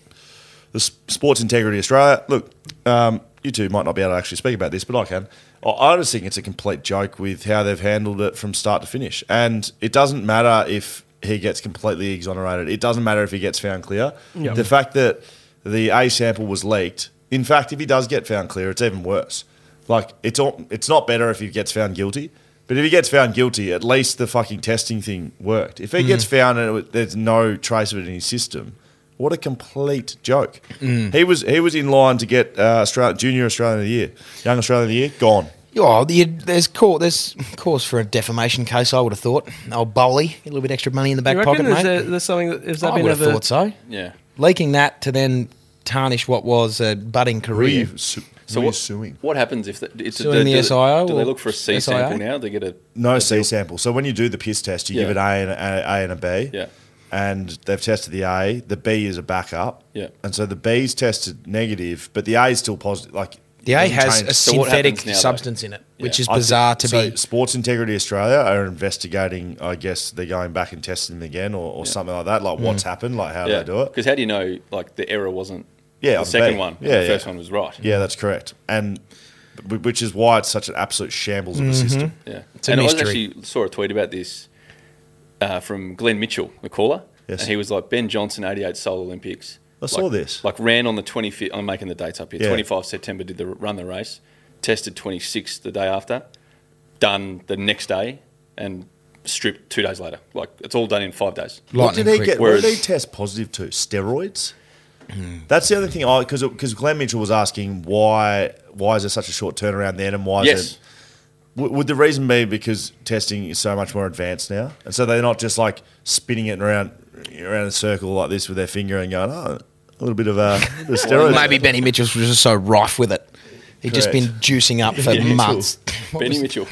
D: the S- Sports Integrity Australia. Look, um, you two might not be able to actually speak about this, but I can. I- I just think it's a complete joke with how they've handled it from start to finish, and it doesn't matter if he gets completely exonerated. It doesn't matter if he gets found clear.
A: Yeah.
D: The fact that the A sample was leaked. In fact, if he does get found clear, it's even worse. Like it's all, it's not better if he gets found guilty, but if he gets found guilty, at least the fucking testing thing worked. If he gets found and it, was- there's no trace of it in his system, what a complete joke. He was he was in line to get uh, Australia, junior Australian of the year, young Australian of the year, gone.
E: Oh, you, there's cause, there's cause for a defamation case. I would have thought. Old Bowley, a little bit extra money in the
A: Do
E: back
A: you
E: pocket,
A: reckon
E: mate.
A: is there, there's something that has that
E: I
A: been
E: would have
A: ever,
E: thought so.
F: Yeah.
E: Leaking that to then tarnish what was a budding career.
D: Su-
F: So
D: who
F: what,
D: is suing?
F: what happens if the, it's
E: Suing
F: do-
E: the
F: do they-
E: SIO
F: Do they
E: or
F: look for a C
E: SIO?
F: sample now? They get a
D: No C sample. So when you do the piss test, you give it
F: Yeah.
D: A and a, a and a B.
F: Yeah.
D: And they've tested the A. The B is a backup.
F: Yeah.
D: And so the B's tested negative, but the A is still positive. Like
E: The A
D: doesn't
E: has
D: change.
E: a
F: So what
E: synthetic
F: happens now, though?
E: substance in it, which
F: Yeah.
E: is
D: I thi-
E: bizarre to
D: so
E: be.
D: Sports Integrity Australia are investigating. I guess they're going back and testing them again, or, or something like that.
E: Mm.
D: Like what's happened, like how
F: yeah.
D: they do it.
F: Because how do you know like the error wasn't
D: Yeah,
F: the
D: on
F: second
D: B.
F: one? but
D: Yeah,
F: the
D: yeah.
F: first one was right.
D: Yeah, that's correct. And wh- which is why it's such an absolute shambles of
E: Mm-hmm.
D: a system.
F: Yeah.
E: a
F: and I
E: mystery.
F: actually saw a tweet about this uh, from Glenn Mitchell, the caller.
D: Yes.
F: And he was like, Ben Johnson, 88 Seoul Olympics.
D: I saw this.
F: Like ran on the 25th, I'm making the dates up here,
D: Yeah.
F: 25 September did the run the race, tested 26th the day after, done the next day and stripped two days later. Like it's all done in five days.
D: What did
E: Lightning
D: he
E: quick.
D: get? What did
F: Whereas-
D: he test positive to? Steroids. That's the other thing I because because Glenn Mitchell was asking why why is there such a short turnaround then and why is
F: Yes.
D: it W- would the reason be because testing is so much more advanced now and so they're not just like spinning it around around a circle like this with their finger and going oh a little bit of uh, a bit of steroids
E: Maybe Benny Mitchell's was just so rife with it. He'd just been
D: Correct.
E: juicing up for
F: Mitchell.
E: months. What
F: Benny
E: was-
F: Mitchell.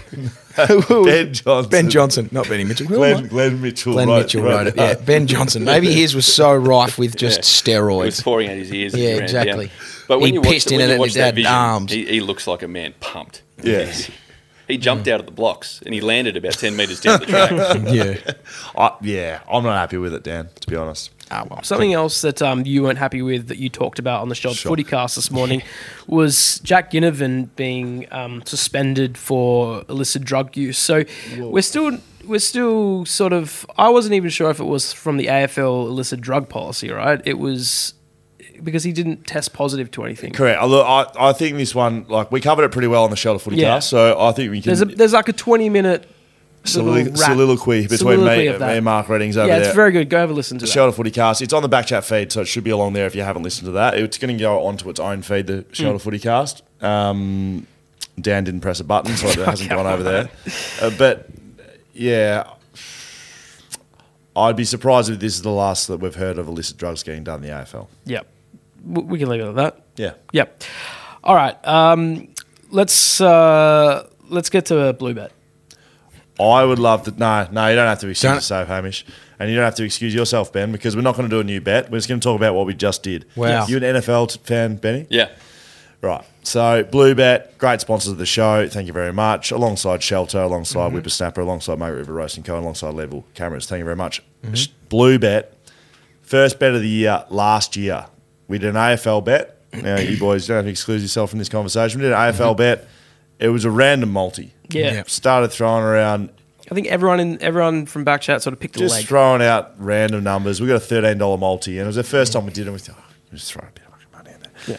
D: Ben Johnson
E: Ben Johnson, not Benny Mitchell. Who am I?
D: Glenn, Glenn Mitchell
E: Glenn
D: wrote-
E: Mitchell wrote it. Yeah,
D: that.
E: Ben Johnson. Maybe his was so rife with just
F: Yeah. He was
E: steroids.
F: pouring out his ears. as
E: Yeah,
F: he ran down.
E: exactly.
F: But when
E: He
F: you watch
E: pissed
F: the-
E: in it
F: when you
E: and
F: watch
E: it
F: that
E: had
F: vision,
E: arms.
F: He, he looks like a man pumped.
D: Yes.
F: He jumped out of the blocks and he landed about ten meters down the track.
E: Yeah.
D: I, yeah I'm not happy with it Dan to be honest
E: Ah, well.
A: Something else that um, you weren't happy with that you talked about on the Shod Footycast this morning was Jack Ginnivan being um, suspended for illicit drug use. So we're still we're still sort of I wasn't even sure if it was from the AFL illicit drug policy, right? It was because he didn't test positive to anything.
D: correct I, look, I, I think this one like we covered it pretty well on the shelter footy
A: Yeah.
D: cast so I think we can
A: There's a, there's like a 20 minute
D: solilo-
A: little rap-
D: soliloquy between
A: soliloquy
D: me,
A: of
D: me
A: that.
D: and Mark Reddings over
A: Yeah,
D: there
A: it's very good. Go have a listen to
D: the
A: that.
D: Shelter Footy Cast. It's on the Backchat feed, so it should be along there if you haven't listened to that. It's going to go onto its own feed, the
E: Mm.
D: Shelter Footy Cast. Um, Dan didn't press a button, so it hasn't gone over there. Uh, but yeah, I'd be surprised if this is the last that we've heard of illicit drugs getting done in the AFL.
A: Yep. W- We can leave it at that.
D: Yeah.
A: Yep. All right. Um, let's uh, let's get to a blue bet.
D: I would love to. No, no, you don't have to excuse
E: Don't-
D: yourself, Hamish. And you don't have to excuse yourself, Ben, because we're not going to do a new bet. We're just going to talk about what we just did.
E: Wow.
D: You an NFL t- fan, Benny?
F: yeah.
D: Right. So Bluebet, great sponsors of the show. Thank you very much. Alongside Shelter, alongside
A: Mm-hmm.
D: Whippersnapper, alongside Mate River Roasting Co, alongside Level Cameras. Thank you very much.
A: Mm-hmm.
D: Sh- Bluebet, first bet of the year last year. We did an AFL bet. Now you boys don't have to exclude yourself from this conversation. We did an AFL bet. It was a random multi.
A: Mm-hmm. Yeah.
E: Yep.
D: Started throwing around,
A: I think everyone in everyone from Backchat sort of picked
D: just
A: a leg.
D: throwing out random numbers. We got a thirteen dollar multi, and it was the first time we did it. We thought, oh, just throw a bit of fucking money in there.
A: Mm-hmm. Yeah.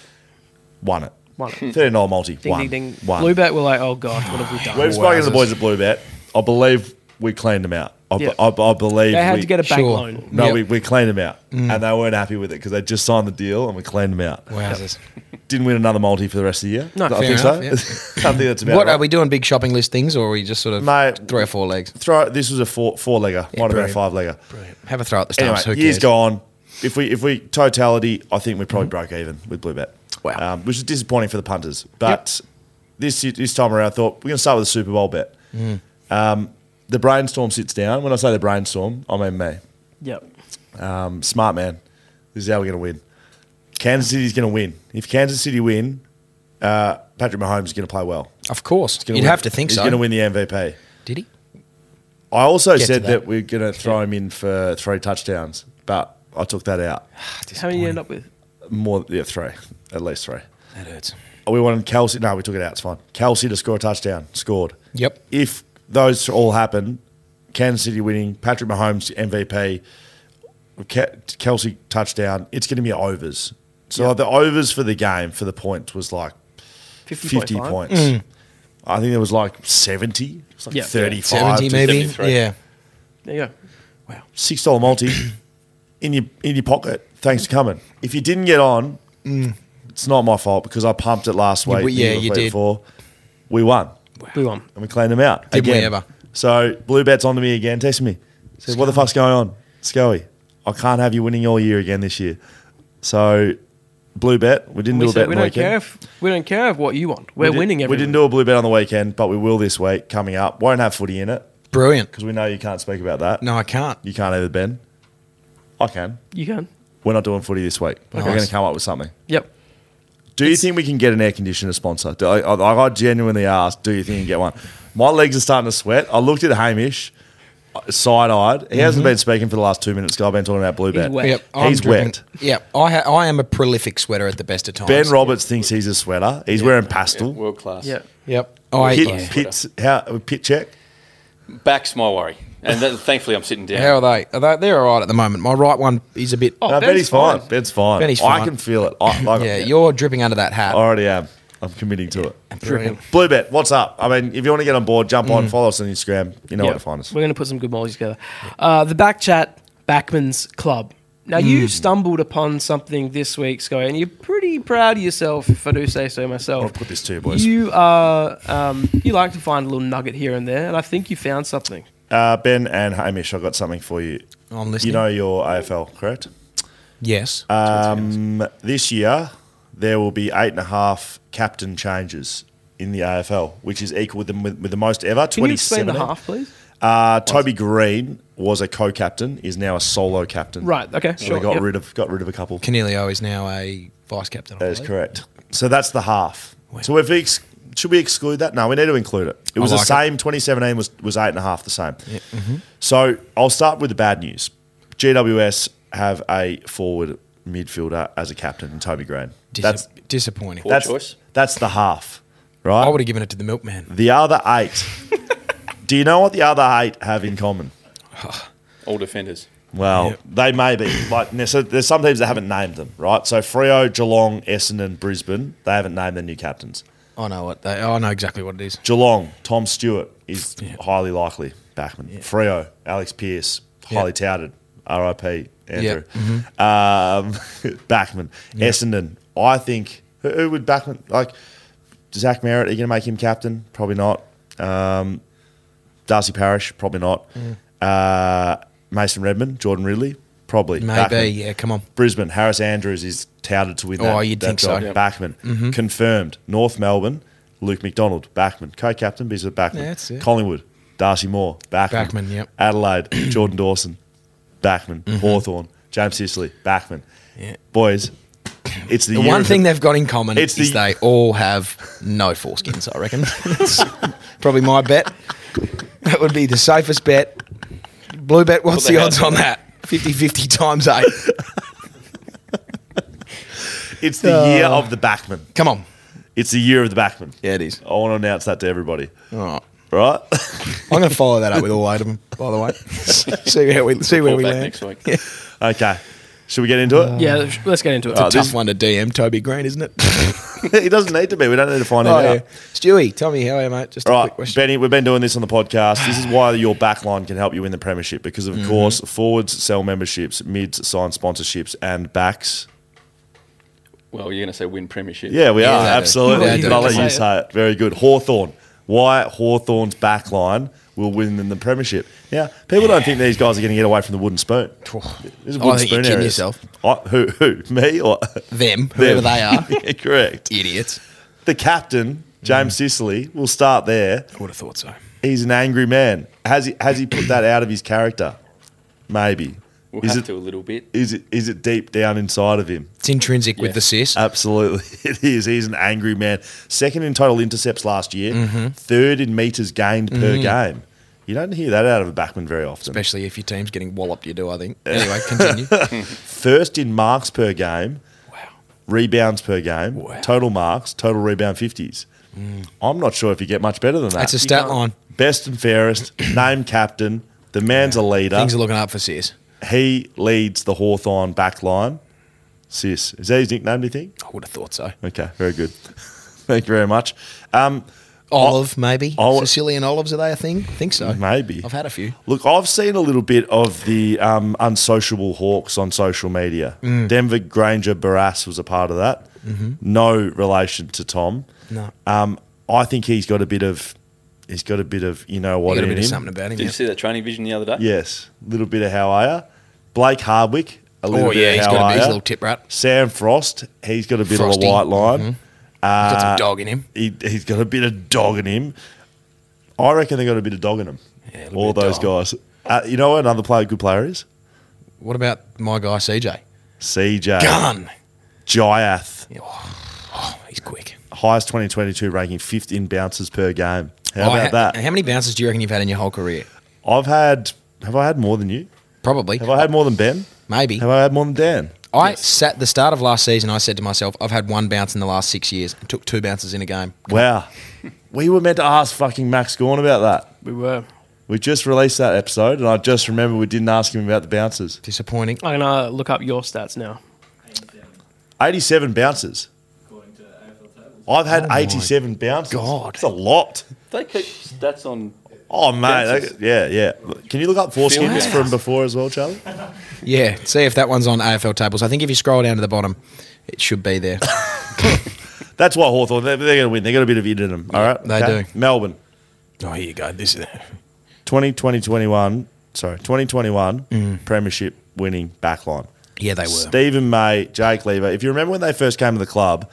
D: Won it.
A: Won it.
D: Thirteen dollar multi.
A: ding
D: won.
A: ding ding.
D: Won.
A: Blue bet. We're like, oh god, what have we done?
D: We've spoken to the
E: Wowzers.
D: boys at Blue Bet. I believe we cleaned them out. I,
A: Yeah.
D: I, I believe
A: they had
D: we,
A: to get a bank
E: Sure.
A: loan.
D: no,
E: Yep.
D: we, we cleaned them out,
E: Mm.
D: and they weren't happy with it because they just signed the deal and we cleaned them out.
E: Wowzers.
D: Didn't win another multi for the rest of the year.
A: No,
D: I
A: fair
D: think
E: enough,
D: so. I think that's about
E: What
D: right.
E: are we doing? Big shopping list things, or are we just sort of
D: Mate.
E: three or four legs?
D: Throw this was a four four legger, might have been a
E: brilliant.
D: five legger.
E: Have a throw at the
D: Anyway,
E: stumps. Who
D: years
E: cares?
D: gone. If we if we totality, I think we probably broke even with Blue Bet.
E: Mm. Wow.
D: um, which is disappointing for the punters. But this this time around, I thought we're going to start with a Super Bowl bet.
E: Mm.
D: Um, the brainstorm sits down. When I say the brainstorm, I mean me.
A: Yep.
D: Um, smart man. This is how we're going to win. Kansas City's going to win. If Kansas City win, uh, Patrick Mahomes is going to play well.
E: Of course. You'd
D: Gonna win.
E: have to think
D: he's
E: so.
D: going to win the MVP.
E: Did he?
D: I also
E: Get to
D: said that.
E: that.
D: we're going to throw him in for three touchdowns, but I took that out.
A: How many you end up with?
D: More, yeah, three, at least three.
E: That hurts.
D: We wanted Kelsey. No, we took it out. It's fine. Kelsey to score a touchdown. Scored.
E: Yep.
D: If those all happen, Kansas City winning, Patrick Mahomes MVP, Ke- Kelsey touchdown. It's going to be overs. So the overs for the game for the points was like
A: 50,
D: fifty
A: points.
D: points.
E: Mm.
D: I think there was like seventy. It's like
A: Yeah.
D: thirty-five.
E: Seventy
D: to
E: maybe.
F: 73.
E: Yeah.
A: There you go.
D: six dollar multi in your in your pocket. Thanks for coming. If you didn't get on, it's not my fault because I pumped it last week.
E: w-
D: the year
E: yeah, Mm. you
D: before-
E: did.
D: Before we won
A: We won.
D: and we cleaned them out
E: Didn't we
D: again.
E: ever.
D: So blue bet's onto me again. Text me. Says what the fuck's going on, Scoey? I can't have you winning all year again this year. So blue bet. We didn't
A: We
D: do a
A: said
D: bet
A: we
D: on the
A: don't
D: weekend.
A: care if we don't care if what you want. We're
D: We did-
A: winning. Every
D: We didn't do a blue bet on the weekend, but we will this week coming up. Won't have footy in it
E: Brilliant.
D: because we know you can't speak about that.
E: No, I can't.
D: you can't either, Ben. I can
A: You can.
D: we're not doing footy this week. We're
E: Nice.
D: going to come up with something.
A: Yep.
D: Do you think we can get an air conditioner sponsor? Do I, I, I genuinely asked, do you think you can get one? My legs are starting to sweat. I looked at Hamish, side eyed. He hasn't been speaking for the last two minutes because I've been talking about Blue
A: He's
D: Bet.
A: wet.
E: Yep.
D: He's
E: dripping.
D: wet.
E: Yep. I ha- I am a prolific sweater at the best of times.
D: Ben Roberts thinks he's a sweater. He's wearing pastel.
F: World class.
A: Yeah.
E: Yep. I
D: pit,
E: yeah.
D: pits- how, pit check.
F: Back's my worry, and that, thankfully I'm sitting down.
E: How are they? Are they? They're all right at the moment. My right one is a bit.
A: Oh,
D: no,
A: Ben's
D: Benny's fine.
A: fine.
D: Ben's fine.
E: Benny's
D: I
E: fine.
D: can feel it. I, like,
E: yeah, you're dripping under that hat.
D: I already am. I'm committing to it.
E: Brilliant.
D: Blue Bet, what's up? I mean, if you want to get on board, jump on, follow us on Instagram. You know where
A: Yeah.
D: to find us.
A: We're going to put some good mollies together. Uh, the back chat, Backman's Club.
D: Mm.
A: Now, you stumbled upon something this week, Scoy, and you're pretty proud of yourself, if I do say so myself.
D: I'll put this to you, boys.
A: You, are, um, you like to find a little nugget here and there, and I think you found something.
D: Uh, ben and Hamish, I've got something for you.
E: I'm listening.
D: You know your AFL, correct?
E: Yes.
D: Um, this year, there will be eight and a half captain changes in the AFL, which is equal with the, with, with the most ever.
A: Can you explain the
D: 27.
A: half, please?
D: Uh, Toby Green was a co-captain, is now a solo captain.
A: Right, okay,
D: So
A: sure,
D: They got
A: yep.
D: rid of got rid of a couple.
E: Canelio is now a vice captain. I
D: That is
E: believe.
D: correct. So that's the half. So if we ex- should we exclude that? No, we need to include it. It was
E: like it. mm-hmm.
D: the same. 2017 was was eight and a half the same. So I'll start with the bad news. GWS have a forward midfielder as a captain in Toby Green.
E: Dis-
D: that's
E: disappointing.
F: Poor
D: that's
F: choice.
D: that's the half, right?
E: I would have given it to the milkman.
D: the other eight. do you know what the other eight have in common?
F: All defenders.
D: Well, they may be. Like there's, there's some teams that haven't named them, right? So Frio, Geelong, Essendon, Brisbane, they haven't named their new captains.
E: I know what. They, I know exactly what it is.
D: Geelong, Tom Stewart is highly likely backman. Frio, Alex Pearce, highly touted. R.I.P. Andrew, um, backman. Essendon, I think who, who would backman like Zach Merritt? Are you going to make him captain? Probably not. Um, Darcy Parish, probably not. Uh, Mason Redmond, Jordan Ridley, probably
E: Maybe.
D: backman.
E: Yeah. Come on.
D: Brisbane, Harris Andrews is touted to win that.
E: Oh, you'd
D: that
E: think so. Mm-hmm.
D: job. Backman. Confirmed. North Melbourne, Luke McDonald, backman. Co captain, because of backman.
E: Yeah, that's it.
D: Collingwood, Darcy Moore, backman.
E: Backman, yep. Mm-hmm.
D: Adelaide, Jordan Dawson, backman. Hawthorn, James Sicily, backman. Boys, it's the,
E: The
D: year
E: one
D: of
E: thing they've got in common
D: It's
E: is
D: the-
E: they all have no foreskins. I reckon. That's probably my bet. That would be the safest bet. Blue bet. What's
F: Well, they
E: the
F: have
E: odds on that? 50-50 times eight.
D: it's the year of the backman.
E: Come on.
D: It's the year of the backman.
E: uh, Yeah, it is.
D: I want to announce that to everybody.
E: All right.
D: Right?
E: I'm going to follow that up with all eight of them. By the way, see how we see where
F: Report
E: we
F: back
E: land.
F: next week.
D: okay. Should we get into it?
A: Yeah, let's- let's get into it.
D: Uh,
E: Tough one to DM Toby Green, isn't it?
D: it doesn't need to be. We don't need to find
E: oh,
D: out.
E: yeah. Stewie, tell me how are you, mate? Just a
D: Right,
E: quick question.
D: Benny, we've been doing this on the podcast. This is why your back line can help you win the premiership because, of
E: Mm-hmm.
D: course, forwards sell memberships, mids sign sponsorships, and backs.
F: Well, you're going to say win premiership.
D: Yeah, we
E: Yeah,
D: are
E: they do.
D: absolutely.
E: They do.
D: I'll let you
A: Yeah.
D: say it. Very good. Hawthorn. Why Hawthorn's back line will win them the premiership? Now, people don't think these guys are going to get away from the wooden spoon. There's a wooden
E: I think Oh, you're
D: spoon
E: kidding
D: areas.
E: yourself.
D: I, who? Who? Me or
E: Them, whoever they are,
D: Yeah, correct.
E: idiots.
D: The captain, James
E: Mm.
D: Sicily, will start there.
E: I would have thought so.
D: he's an angry man. Has he has he put that out of his character? Maybe.
F: We'll
D: Is
F: have
D: it,
F: to a little bit.
D: is it is it deep down inside of him?
E: It's intrinsic with
F: Yeah.
E: the sis.
D: Absolutely, it is. He's an angry man. Second in total intercepts last year.
E: Mm-hmm.
D: Third in meters gained per game. You don't hear that out of a backman very often.
E: Especially if your team's getting walloped, you do, I think. Anyway, continue.
D: First in marks per game. Rebounds per game.
E: Wow. Mm.
D: Total marks. Total rebound fifties. I'm not sure if you get much better than that.
E: That's a stat line.
D: Best and fairest. name captain. The man's a leader.
E: Things are looking up for sis.
D: He leads the Hawthorn back line. Sis. Is that his nickname, do you think?
E: I would have thought so.
D: Okay, very good. Thank you very much. Um,
E: Olive, maybe.
D: Ol-
E: Sicilian olives, are they a thing? I think so.
D: Maybe.
E: I've had a few.
D: look, I've seen a little bit of the um, unsociable Hawks on social media.
E: Mm.
D: Denver Granger Barras was a part of that. No relation to Tom.
E: Mm-hmm. No.
D: Um, I think he's got a bit of, he's got a bit of, you know what,
E: got a
D: in
E: bit of
D: him.
E: something about him.
F: Did
E: yeah.
F: you see that training vision the other day?
D: Yes, a little bit of how are ya? Blake Hardwick, a little
E: Oh,
D: bit
E: yeah,
D: of
E: he's
D: how
E: got a bit-
D: are
E: he's a
D: ya?
E: little tip rat.
D: Sam Frost, he's got a bit
E: Frosty.
D: of
E: Mm-hmm.
D: a white line.
E: He's got some dog in him.
D: He, he's got a bit of dog in him. I reckon they got a bit of dog in him.
E: Yeah, a little
D: all
E: bit
D: those
E: of
D: guys. Uh, you know what another player, good player is?
E: What about my guy, CJ?
D: CJ.
E: Gun.
D: Giath.
E: Oh, he's quick.
D: Highest 2022 ranking, fifth in bounces per game. How
E: Oh,
D: about
E: ha-
D: that?
E: How many bounces do you reckon you've had in your whole career?
D: I've had, have I had more than you?
E: Probably.
D: Have I had more than Ben?
E: Maybe.
D: Have I had more than Dan?
E: I sat the start of last season. I said to myself, I've had one bounce in the last six years. and took two bounces in a game.
D: Wow. we were meant to ask fucking Max Gorn about that.
A: We were.
D: We just released that episode, and I just remember we didn't ask him about the bounces.
E: Disappointing.
A: I'm going to look up your stats now.
D: 87 bounces. I've had 87 bounces.
E: Oh God.
D: It's a lot.
F: They keep stats on
D: Oh mate, that, yeah, yeah. Can you look up foreskins
F: Field
D: from before as well, Charlie?
E: Yeah, see if that one's on AFL tables. I think if you scroll down to the bottom, it should be there.
D: That's why Hawthorn they're, they're going to win. They got a bit of it in them. All right,
E: they do.
D: Melbourne,
E: oh, here you go. This is
D: 20, 20, 21, Sorry, twenty twenty one
E: Mm.
D: Premiership winning backline.
E: yeah, they were.
D: Stephen May, Jake Lever. If you remember when they first came to the club,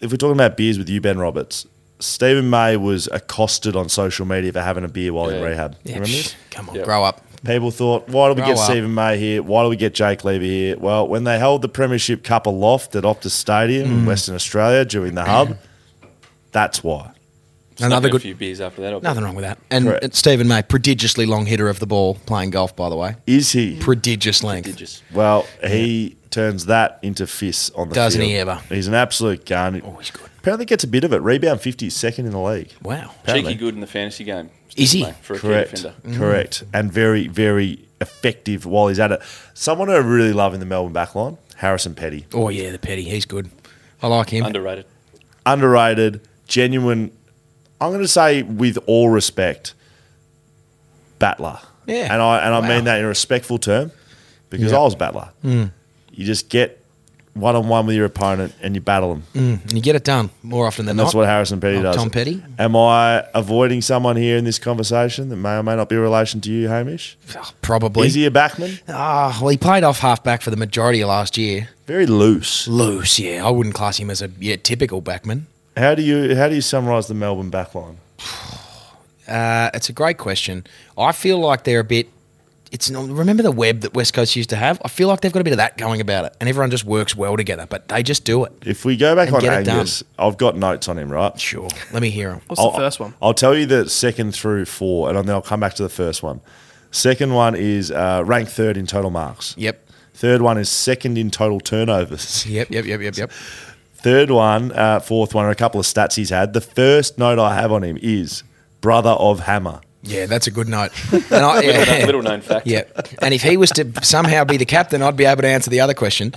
D: if we're talking about beers with you, Ben Roberts, Stephen May was accosted on social media for having a beer while in
F: Yeah.
D: rehab.
E: Yeah, Oh,
D: Remember
E: psh,
D: this?
E: Come on,
F: Yeah.
E: grow up.
D: People thought, why do we
E: Grow
D: get
E: up.
D: Stephen May here? Why do we get Jake Lever here? Well, when they held the Premiership Cup aloft at Optus Stadium
E: Mm.
D: in Western Australia during the hub, that's why.
E: Another
F: Another
E: good-
F: good few beers after that. I'll-
E: Nothing wrong with that. And
D: Correct.
E: it's Stephen May, prodigiously long hitter of the ball, playing golf, by the way.
D: Is he?
E: Mm. Prodigious length.
F: Did just-
D: Well, he turns that into fists on the
E: Doesn't
D: field.
E: he ever?
D: He's an absolute gun.
E: Oh, he's good.
D: Apparently gets a bit of it. Rebound 50, second in the league.
E: Wow.
D: Apparently.
F: Cheeky good in the fantasy game.
E: Is he?
F: mate, For a key
D: Correct.
F: defender.
E: Mm.
D: Correct. And very, very effective while he's at it. Someone I really love in the Melbourne backline, Harrison Petty.
E: Oh, yeah, the petty. He's good. I like him.
F: Underrated.
D: Underrated, genuine. I'm going to say, with all respect, battler.
E: Yeah.
D: And I and I
E: Wow.
D: mean that in a respectful term because
E: Yeah. Hmm.
D: I was battler. You just get one on one with your opponent and you battle them.
E: And you get it done more often than
D: And
E: not.
D: that's what Harrison Petty
E: Oh,
D: does.
E: Tom Petty?
D: Am I avoiding someone here in this conversation that may or may not be a relation to you, Hamish?
E: Oh, probably.
D: Is he a backman?
E: Ah, well, he played off halfback for the majority of last year.
D: Very loose.
E: Loose, yeah. I wouldn't class him as a yeah, typical backman.
D: How do you how do you summarise the Melbourne backline?
E: Uh, it's a great question. I feel like they're a bit. It's not, remember the web that West Coast used to have. I feel like they've got a bit of that going about it, and everyone just works well together. But they just do it.
D: If we go back
E: And
D: on
E: get it done.
D: Angus, I've got notes on him, right?
E: Sure. Let me hear him.
A: What's the first one?
D: I'll tell you the second through four, and then I'll come back to the first one. Second one is uh, ranked third in total marks.
E: Yep.
D: Third one is second in total turnovers.
E: Yep. Yep. Yep. Yep. Yep.
D: Third one, uh, fourth one, are a couple of stats he's had. The first note I have on him is brother of Hammer.
E: Yeah, that's a good note. And I, yeah.
F: Little known fact.
E: Yeah. And if he was to somehow be the captain, I'd be able to answer the other question.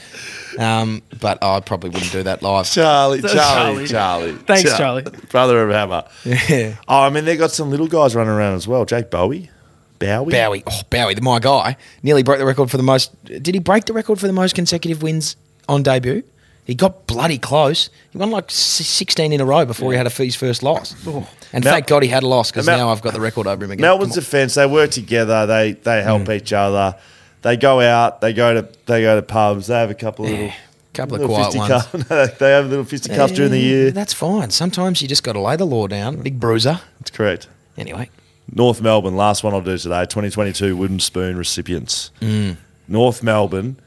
E: Um, but I probably wouldn't do that live.
D: Charlie,
A: That's
D: Charlie,
A: Charlie.
D: Charlie.
A: Thanks,
D: Char-
A: Charlie.
D: Brother of Hammer.
E: Yeah.
D: Oh, I mean, they've got some little guys running around as well. Jake Bowie, Bowie.
E: Bowie, oh Bowie, the my guy, nearly broke the record for the most. Did he break the record for the most consecutive wins on debut? He got bloody close. He won like s- sixteen in a row before he had a, his first loss. And
D: Oh. Mel-
E: thank God he had a loss because
D: Mel-
E: now I've got the record over him again.
D: Melbourne's
E: Come on. Mm.
D: defence, they work together, they they help each other. They go out, they go to they go to pubs, they have a couple of little
E: couple of
D: little
E: quiet ones.
D: fisticuffs. they have little fisticuffs during the
E: Yeah,
D: year.
E: That's fine. Sometimes you just got to lay the law down. Big bruiser.
D: That's correct.
E: Anyway,
D: North Melbourne, last one I'll do today, 2022 Wooden Spoon recipients.
E: Mm.
D: North Melbourne,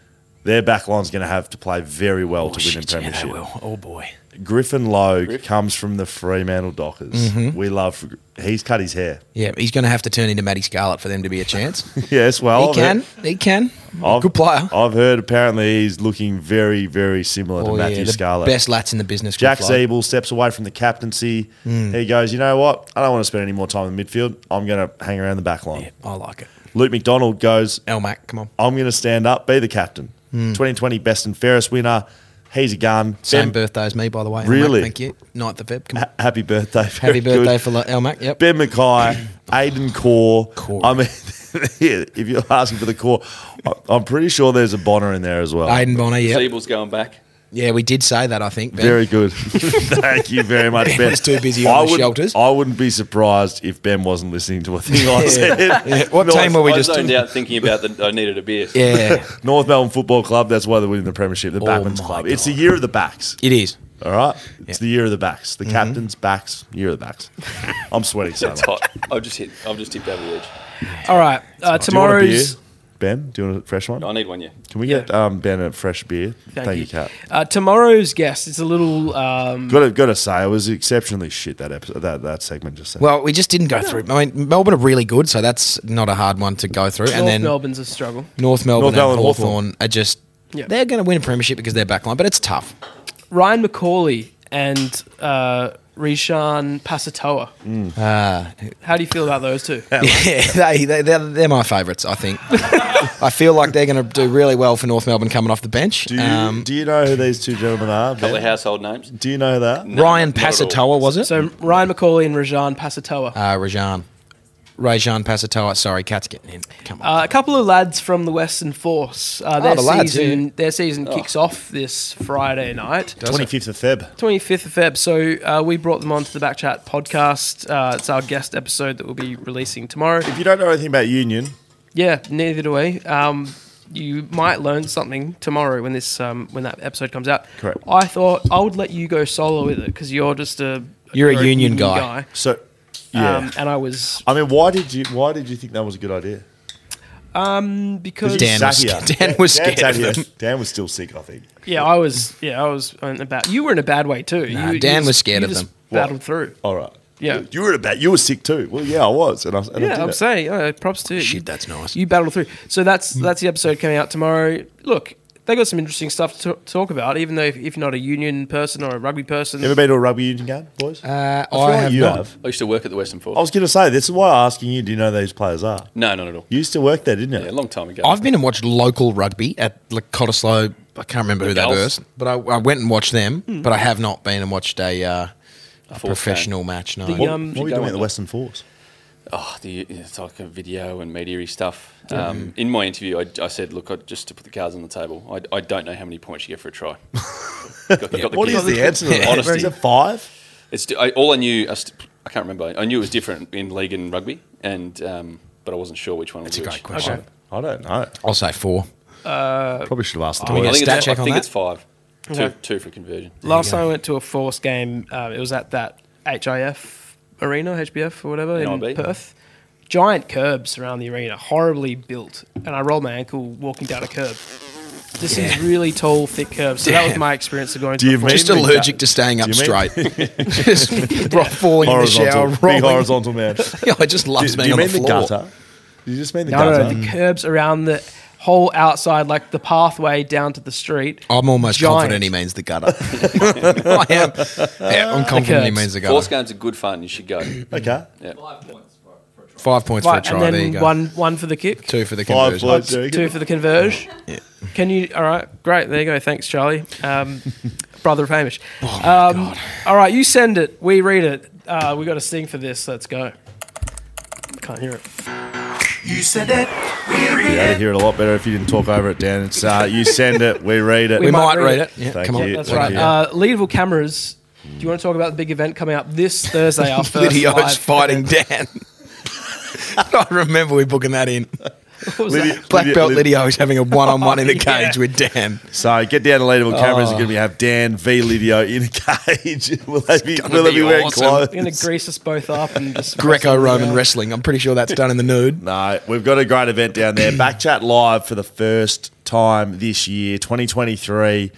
D: their backline's going to have to play very well to win in
E: shit, yeah, they
D: Premiership.
E: will. Oh boy.
D: Griffin Logue comes from the Fremantle Dockers.
E: Mm-hmm.
D: We love, he's cut his hair.
E: Yeah, he's going to have to turn into Matty Scarlett for them to be a chance.
D: Yes, well.
E: he
D: I've heard-
E: can. He can.
D: I've-
E: Good player.
D: I've heard apparently he's looking very, very similar to Matthew
E: Oh, the
D: Scarlett.
E: Best lats in the business.
D: Jack
E: Flo.
D: Zeeble steps away from the captaincy.
E: Mm.
D: He goes, you know what? I don't want to spend any more time in the midfield. I'm going to hang around the back line.
E: Yeah, I like it.
D: Luke McDonald goes,
E: Elmac, come on.
D: I'm going to stand up, be the captain. 2020 Best and Fairest winner. He's a gun.
E: Hmm. Same
D: ben,
E: birthday as me, by the way. Elmac,
D: Really?
E: thank you. 9th of Feb. Come on.
D: ha- happy birthday.
E: Happy
D: Very good.
E: birthday for for Elmac. Yep.
D: Ben Mackay, Aiden Core.
E: Core.
D: I mean, yeah, if you're asking for the core, I- I'm pretty sure there's a Bonner in there as well.
E: Aiden Bonner, yep.
F: Siebel's going back.
E: Yeah, we did say that, I think. Ben.
D: Very good. Thank you very much, Ben.
E: was too busy on the
D: wouldn't-
E: shelters.
D: I wouldn't be surprised if Ben wasn't listening to a thing I said.
E: What
D: North,
E: team were we
F: I
E: just.
F: zoned out thinking about that I needed a beer.
E: Yeah,
D: North Melbourne Football Club. That's why they're winning the premiership. The Backman's
E: Oh my
D: Club. It's the year of the backs.
E: it is.
D: All right, it's the year of the backs. The captains, backs, year of the backs. I'm sweating so much.
F: It's hot. I've just hit. I've just tipped over the edge.
A: All right.
D: Do
A: Uh,
D: you want a beer,
A: tomorrow's
D: Ben? Do you want a fresh one?
F: I need one. Yeah.
D: Can we
A: Yeah.
D: get um, Ben a fresh beer? Thank, you, Kat.
A: Uh, tomorrow's guest is a little. Um,
D: Got to, got to say, it was exceptionally shit that episode, that that segment just. Then.
E: Well, we just didn't go through. I mean, Melbourne are really good, so that's not a hard one to go through.
A: North
E: and then
A: Melbourne's a struggle.
E: North Melbourne
D: North Melbourne,
E: and
D: Hawthorn.
E: Hawthorn are just.
A: Yeah.
E: They're going to win a premiership because they're backline, but it's tough.
A: Ryan McCauley and uh, Rishan Pasatoa.
E: Ah,
A: How do you feel about those two?
E: yeah, they, they they're, they're my favourites. I think. I feel like they're going to do really well for North Melbourne coming off the bench.
D: Do you,
E: Um,
D: do you know who these two gentlemen are?
F: Couple
D: Ben?
F: of household names.
D: Do you know that?
E: Ryan
F: not at all.
E: Pasatoa was it?
A: So Ryan McCauley and Rajan Pasatoa.
E: uh, Rajan, Rajan Pasatoa. Sorry, cat's getting in. Come on.
A: Uh, a couple of lads from the Western Force. Uh, their,
E: Oh, the lads,
A: season,
E: yeah. Oh.
A: their season kicks off this Friday night.
D: Twenty fifth of Feb.
A: 25th of Feb. So uh, we brought them onto the Backchat podcast. Uh, it's our guest episode that we'll be releasing tomorrow.
D: If you don't know anything about Union,
A: Yeah, neither do we. Um, you might learn something tomorrow when this um, when that episode comes out.
D: Correct.
A: I thought I would let you go solo with it because you're just a
E: You're a
A: you're
E: union guy.
D: so yeah.
A: Um, and I was
D: I mean, why did you why did you think that was a good idea?
A: because
E: Dan was
D: Sat
E: sca-
D: here.
E: Dan was
D: Dan's sat
E: scared of
D: here.
E: them.
D: Dan was still sick, I think.
A: yeah I was yeah I was in a bad you were in a bad way too.
E: Nah,
A: you,
E: Dan
A: you
E: was scared
A: you
E: of
A: just
E: them.
A: Battled through.
D: All right.
A: Yeah.
D: You were in a bad. You were sick too. Well, yeah, I was, and I, and I did
A: Yeah, I'm
D: it.
A: saying uh, props to you.
E: Shit, that's nice. Hmm.
A: You battled through. So that's that's the episode coming out tomorrow. Look, they got some interesting stuff to t- talk about. Even though if, if you're not a union person or a rugby person,
D: You ever been to a rugby union game, boys?
E: Uh,
D: feel
E: I
D: like
E: have
D: you
E: not.
D: have.
F: I used to work at the Western Force.
D: I was going to say this is why I'm asking you. Do you know who these players are?
F: no, not at all.
D: You used to work there, didn't you?
F: Yeah, a long time ago.
E: I've been and watched local rugby at like Cottesloe. I can't remember who they
F: Gulls?
E: versed, but I, I went and watched them. But I have not been and watched a, uh, a
F: full
E: professional match. No,
A: The, um,
D: what were you
F: Go
D: doing
F: on
D: at the
F: then.
D: Western Force?
F: oh, the, it's like a video and media stuff. Um, in my interview, I, I said, look, I, just to put the cards on the table, I, I don't know how many points you get for a try. Got- got the
D: What
F: gig.
D: is the answer to that?
F: Honesty.
D: Is it five?
F: It's I, all I knew. I, st- I can't remember. I knew it was different in league and rugby, and um, but I wasn't sure which one
E: That's
F: was
E: a great
F: which.
E: question.
D: I don't know.
E: I'll say four.
D: Probably should have asked the
E: we
D: boys.
E: get
F: I think,
E: stat
F: it's,
E: check
F: I
E: on
F: think
E: that?
F: it's five. Two,
A: Okay.
F: two for conversion.
A: Last time I went to a Force game, um, it was at that HIF arena, HBF or whatever in
F: NIB.
A: Perth. Giant curbs around the arena, horribly built, and I rolled my ankle walking down a curb. Just these really tall, thick curbs. So that was
E: Damn.
A: my experience of going
D: Do
A: to
D: you
A: a
D: mean-
A: Force.
E: Just allergic to staying up
D: Do you mean-
E: straight. just ro- falling in the shower,
D: Horizontal, big
E: rolling.
D: horizontal man.
E: Yeah, I just love
D: do, do
E: being
D: you
E: on
D: mean
E: the
D: the,
E: floor.
D: gutter? Do you just mean the
A: No,
D: gutter?
A: no, no, the curbs around the whole outside, like the pathway down to the street.
E: I'm almost
A: Giant.
E: confident he means the gutter. I am. Yeah, I'm confident he
A: curves.
E: means the
F: Force
E: gutter.
F: games are good fun. You should go.
D: Okay.
E: Five points
A: Right,
E: for a try.
A: and
E: there you
A: then
E: go.
A: one, one for the kick,
E: two for the
D: Five
E: conversion.
D: blokes. there you
A: two
D: go.
A: for the converge. Can you? All right, great. There you go. Thanks, Charlie, um, brother of Hamish.
D: Oh,
A: um, All right, you send it. We read it. Uh, we got a sting for this. Let's go. Can't hear it.
D: You'd hear it a lot better if you didn't talk over it, Dan. It's uh, you send it, we read it.
E: We, might,
A: might
E: read
A: read
E: it. Yeah,
D: Thank
E: come on.
D: you.
A: That's
D: Thank
A: right.
D: you.
A: Uh, Leadville cameras. Do you want to talk about the big event coming up this Thursday? Our first
E: Lidio's
A: live-
E: fighting Dan. I remember we booking that in.
A: What was that?
D: Lydia-
E: Black
D: Lydia-
E: belt
D: Lydia-
E: Lidio is having a one-on-one in the
A: Yeah.
E: cage with Dan.
D: So get down to Leadable
E: Oh.
D: Cameras. We're going to have Dan v. Lidio in a cage. will they be,
E: gonna
D: will they
E: be
D: be wearing
E: awesome.
A: You're gonna
D: clothes?
A: grease us both up and just
E: Greco-Roman wrestling. I'm pretty sure that's done in the nude.
D: No, we've got a great event down there. Backchat live for the first time this year, 2023.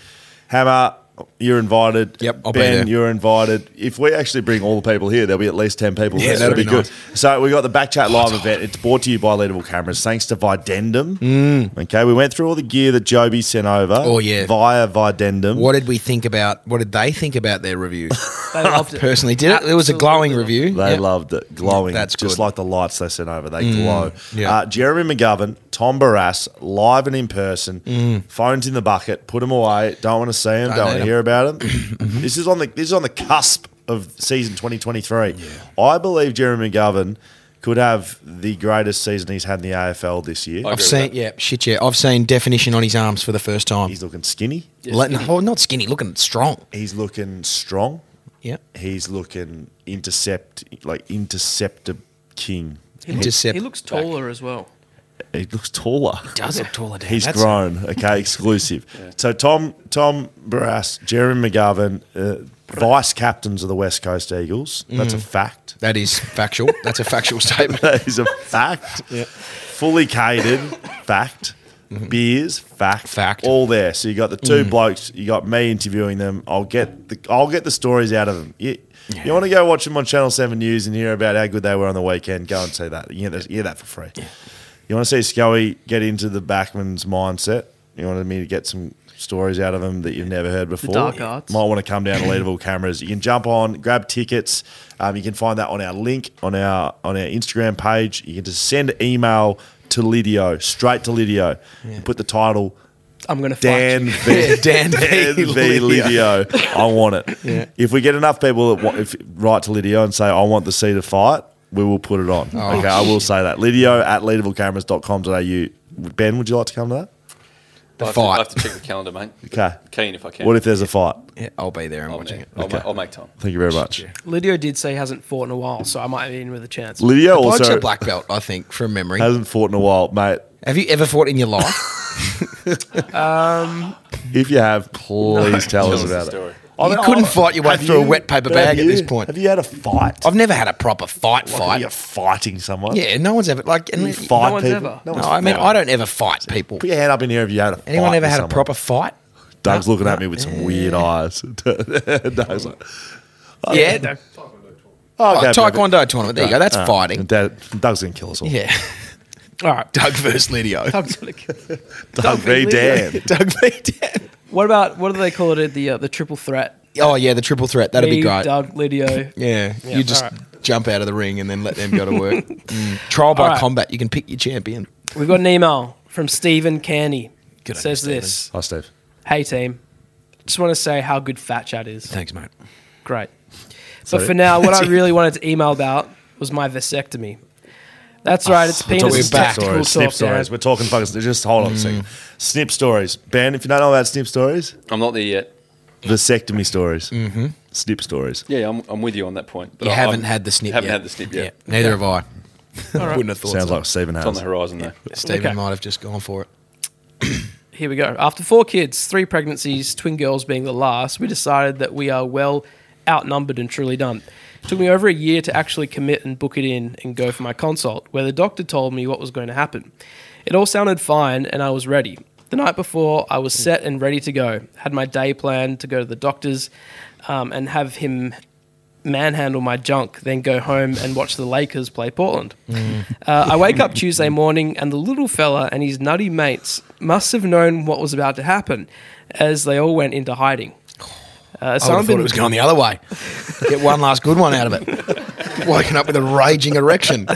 D: Hammer, you're invited.
E: Yep, I'll be
D: ben,
E: there.
D: you're invited. If we actually bring all the people here, there'll be at least 10 people.
E: Yeah,
D: there, so
E: that'd
D: it'll
E: be nice.
D: good. So we got the Backchat live event. It's brought to you by Leadable Cameras, thanks to Videndum. Okay, we went through all the gear that Joby sent over.
E: Mm. Oh, yeah.
D: Via Videndum.
E: What did we think about? What did they think about their review?
A: They loved it.
E: Personally, did it? It was a
A: Absolutely.
E: glowing review.
D: They
E: Yeah.
D: loved it, glowing.
E: That's
D: just
E: good. Mm,
D: like the lights they sent over. They glow.
E: yeah.
D: Uh, Jeremy McGovern, Tom Barras, live and in person. Phones in the bucket. Put them away. Don't want to see them. Don't,
E: Mm. need
D: want to
E: 'em.
D: hear about them. this is on the this is on the cusp of season 2023. I believe Jeremy McGovern could have the greatest season he's had in the AFL this year.
F: I
E: I've
F: agree with
E: seen,
F: that.
E: Oh, yeah, shit, yeah. I've seen definition on his arms for the first time.
D: He's looking skinny.
E: Let- oh, not skinny, looking strong.
D: He's looking strong.
E: Yeah,
D: He's looking intercept like interceptor king.
A: He looks-
E: Intercept.
A: He looks taller as well.
D: He looks taller.
E: does look taller. Dan.
D: He's
E: That's-
D: grown. Okay, exclusive. So Tom Tom Barras, Jeremy McGovern, uh, vice captains of the West Coast Eagles.
E: Mm.
D: That's a fact.
E: That is factual. That's a factual statement.
D: That is a fact. Fully catered, fact. Beers, fact,
E: Mm-hmm. Fact. Mm.
D: all there. So you got the two blokes. You got me interviewing them. I'll get the I'll get the stories out of them. You, you want to go watch them on Channel Seven News and hear about how good they were on the weekend? Go and see that. You hear that, you hear that for free. You want to see Scully get into the backman's mindset? You wanted me to get some stories out of them that you've never heard before.
A: dark arts.
D: Might want to come down to Leadable Cameras. You can jump on, grab tickets. Um, you can find that on our link on our on our Instagram page. You can just send email to Lidio straight to Lidio. and Put the title
A: I'm gonna fight.
D: Dan
A: you.
D: v.
E: Dan
D: Dan
E: V.
D: v. Lidio. I want it. If we get enough people that want, if, write to Lidio and say, I want the C to fight, we will put it on.
E: Oh,
D: okay, I will say that. Lidio at leadablecameras.com.au. Ben, would you like to come to that?
F: I have, to,
E: fight.
F: I have to check the calendar, mate.
D: Okay.
F: Keen if I can.
D: What if there's a fight?
E: Yeah, I'll be there. I'm
F: I'll,
E: watching
F: make,
E: it.
F: I'll,
D: Okay.
F: ma- I'll make time.
D: Thank you very much.
A: Lydio did say he hasn't fought in a while, so I might be in with a chance.
D: Lidio
E: Bloke's
D: also
E: a black belt, I think, from memory.
D: hasn't fought in a while, mate.
E: Have you ever fought in your life?
D: If you have, please tell
F: Tell
D: us
F: us the
D: about
F: story.
D: it. I
E: You couldn't
D: I-
E: fight your way
D: have
E: through a wet paper
D: but
E: bag
D: have
E: at
D: you-
E: this point.
D: Have you had a fight?
E: I've never had a proper fight
D: Like,
E: fight.
D: You're fighting someone.
E: Yeah, no one's ever like.
D: You
E: unless-
D: fight
A: no one's
D: people.
A: ever.
D: No
E: No,
D: one's
E: I mean
D: fighting.
E: I don't ever fight people.
D: Put your hand up in the air if you had a fight
E: Anyone ever
D: with
E: had a
D: someone.
E: proper fight?
D: Doug's looking at me with some weird eyes. Doug's like,
E: yeah,
A: No.
D: oh,
E: Oh,
D: okay,
E: Taekwondo
D: perfect. Uh,
E: tournament. There you go. That's
D: Alright.
E: fighting.
D: Dad- Doug's gonna kill us all.
E: Yeah,
A: All right.
E: Doug versus Lidio.
A: I'm gonna kill-
D: Doug v
A: Leo.
D: Dan.
E: Doug v. Dan.
A: What about what do they call it? at The uh, the triple threat.
E: Oh yeah, the triple threat. That'd
A: Me,
E: be great.
A: Doug, Lydio.
E: Yeah, you just
A: alright.
E: jump out of the ring and then let them go to work. Mm. Trial by
A: Alright.
E: combat. You can pick your champion.
A: We've got an email from Stephen Canny.
E: Good on
A: Says
E: you, Stephen.
A: this.
D: Hi, Steve.
A: Hey team, just want to say how good Fat Chat is.
E: Thanks, mate.
A: Great.
D: Sorry.
A: But for now, what I really wanted to email about was my vasectomy. That's right. It's penis
E: Ah, we're
A: and
E: back.
A: testicle
D: Stories, snip
A: talk, Dan.
D: stories. We're talking fucking. Just hold on a second.
E: Mm.
D: Snip stories, Ben. If you don't know about snip stories,
F: I'm not there yet.
D: vasectomy stories, mm-hmm. snip stories.
F: Yeah, I'm, I'm with you on that point. But
E: You
F: I-
E: haven't
F: Oh, I'm-
E: had the snip.
F: Haven't
E: yet.
F: had the snip yet.
E: Yeah, neither have I. Wouldn't have thought.
D: Sounds
E: so.
D: like Stephen
F: It's on the
D: has.
F: horizon though.
E: Stephen
A: Okay.
E: might have just gone for it.
A: Here we go. After four kids, three pregnancies, twin girls being the last, we decided that we are well outnumbered and truly done. took me over a year to actually commit and book it in and go for my consult, where the doctor told me what was going to happen. It all sounded fine, and I was ready. The night before, I was set and ready to go. Had my day planned to go to the doctor's um, and have him manhandle my junk, then go home and watch the Lakers play Portland.
E: Mm.
A: Uh, I wake up Tuesday morning and the little fella and his nutty mates must have known what was about to happen as they all went into hiding. Uh,
E: I
A: so
E: would
A: I've
E: have thought
A: been-
E: it was going the other way. Get one last good one out of it. Woken up with a raging erection.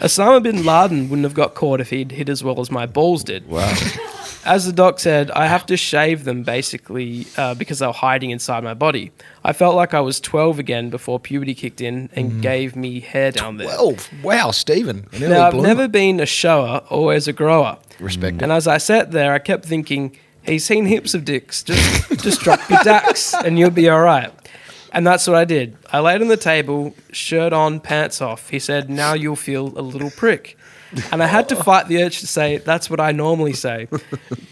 A: Osama bin Laden wouldn't have got caught if he'd hit as well as my balls did. Wow. As the doc said, I have to shave them basically uh, because they were hiding inside my body. I felt like I was 12 again before puberty kicked in and
E: Mm.
A: gave me hair down there.
E: Well, Oh, wow, Stephen. an early
A: Now, I've
E: bloomer.
A: never been a shower, always a grower. Respect. And as I sat there, I kept thinking, he's seen heaps of dicks. Just, just drop your dacks and you'll be all right. And that's what I did. I laid on the table, shirt on, pants off. He said, now you'll feel a little prick. And I had to fight the urge to say, that's what I normally say.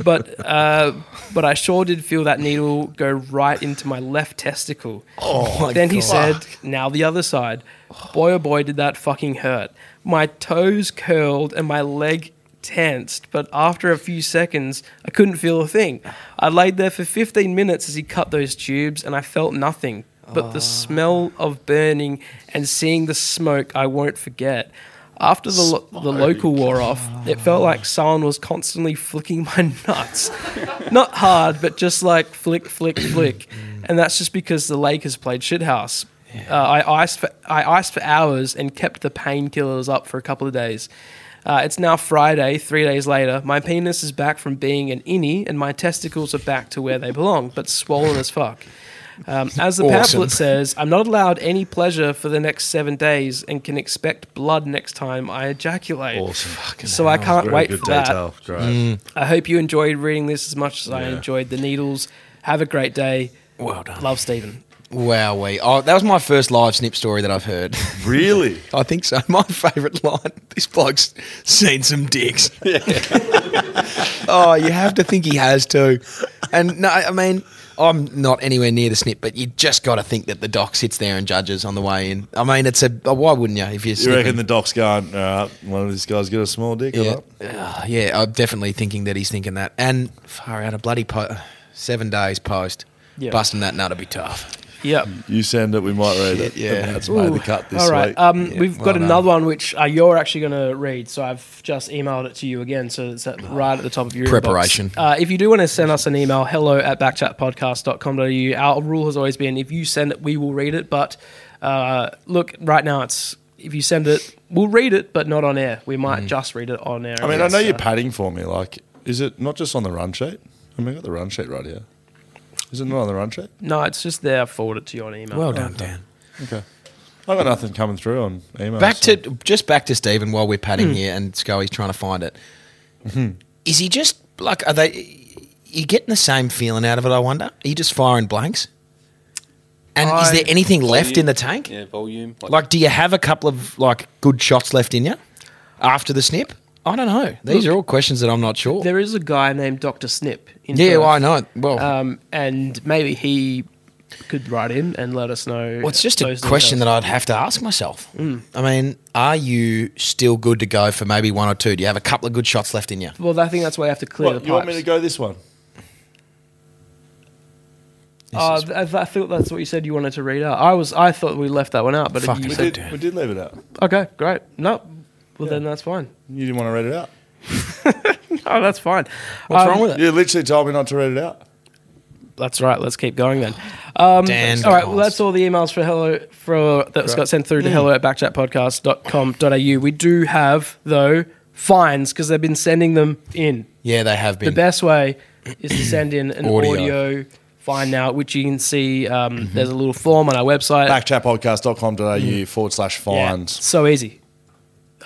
A: But, uh, but I sure did feel that needle go right into my left testicle.
E: Oh, my
A: Then he
E: God.
A: said, now the other side. Boy, oh boy, did that fucking hurt. My toes curled and my leg tensed, but after a few seconds, I couldn't feel a thing. I laid there for 15 minutes as he cut those tubes and I felt nothing. But the smell of burning and seeing the smoke, I won't forget. After the, lo- the local wore off, it felt like someone was constantly flicking my nuts. Not hard, but just like flick, flick, flick. And that's just because the Lakers played shithouse. Uh, I, iced for, I iced for hours and kept the painkillers up for a couple of days. Uh, it's now Friday, three days later. My penis is back from being an innie, and my testicles are back to where they belong, but swollen as fuck. Um, as the
E: Awesome.
A: pamphlet says, I'm not allowed any pleasure for the next seven days and can expect blood next time I ejaculate. So I can't
D: Very
A: wait
D: good
A: for
D: detail. Great.
E: Mm.
A: that. I hope you enjoyed reading this as much as I enjoyed the needles. Have a great day.
E: Well done.
A: Love, Stephen.
E: Wowee. Oh, that was my first live snip story that I've heard.
D: Really?
E: I think so. My favourite line. This bloke's seen some dicks. oh, you have to think he has too. And no, I mean, I'm not anywhere near the snip, but you just got to think that the doc sits there and judges on the way in. I mean, it's a uh, why wouldn't you if you're
D: You reckon
E: snipping?
D: the doc's going? All right, one of these guys got a small dick. or
E: yeah.
D: not?
E: Ah, yeah, I'm definitely thinking that he's thinking that. And far out of bloody po- seven days post,
A: Yeah.
E: busting that nut would be tough.
A: Yep.
D: You send it, we might read it.
E: Shit, yeah.
D: That's made the
A: Ooh.
D: cut this
A: All right.
D: week.
A: Um, we've
E: well
A: got
E: done.
A: another one which uh, you're actually going to read. So I've just emailed it to you again. So it's at, right at the top of your inbox.
E: Preparation.
A: Uh, if you do want to send us an email, hello at backchatpodcast.com.au. Our rule has always been if you send it, we will read it. But uh, look, right now it's if you send it, we'll read it, but not on air. We might
E: Mm.
A: just read it on air.
D: I mean, I
A: It's,
D: know you're
A: uh,
D: padding for me. Like, is it not just on the run sheet? I mean, I got the run sheet right here. Is it not on the run sheet?
A: No, it's just there. I forwarded to you on email.
E: Well done, Dan.
D: Okay. I got nothing coming through on email.
E: Back
D: so-
E: to just back to Stephen while we're
A: Hmm.
E: patting here, and Scully's trying to find it. Is he just like? Are they? You getting the same feeling out of it? I wonder. Are you just firing blanks? And is
A: I-
E: there anything left in
F: Volume.
E: the tank?
F: Yeah, volume.
E: Like, do you have a couple of like good shots left in you after the snip? I don't know. These
A: Look-
E: are all questions that I'm not sure.
A: There is a guy named Dr. Snip. In
E: Yeah,
A: Perth.
E: well, I know. it. Well,
A: Um, and maybe he could write in and let us know.
E: Well, it's just a question that I'd have to ask myself.
A: Mm.
E: I mean, are you still good to go for maybe one or two? Do you have a couple of good shots left in you?
A: I. Well, I think that's why I have to clear
D: What,
A: the
D: you want me to
A: pipes.
D: go this one?
A: Uh, th- I thought that's what you said you wanted to read out. I was, I thought we left that one out, but
E: Fuck
A: you
E: it.
D: We
A: said,
D: did, we did leave it out.
A: okay, great. No, well then that's fine.
D: You didn't want to read it out.
A: Oh, that's fine. Um,
E: What's wrong with it?
D: You literally told me not to read it out.
A: That's right. Let's keep going then. Um,
E: Dan,
A: all right. Well,
E: Collins.
A: that's all the emails for hello for that got sent
E: Mm.
A: through to hello at backchatpodcast.com.au. We do have though fines because they've been sending them in.
E: Yeah, they have
A: the
E: been.
A: best way is to send in an
E: Audio. Mm-hmm.
A: audio, find out, which you can see. Um, There's a little form on our website.
D: Backchatpodcast.com.au forward slash
A: Mm. Yeah,
D: finds.
A: so easy.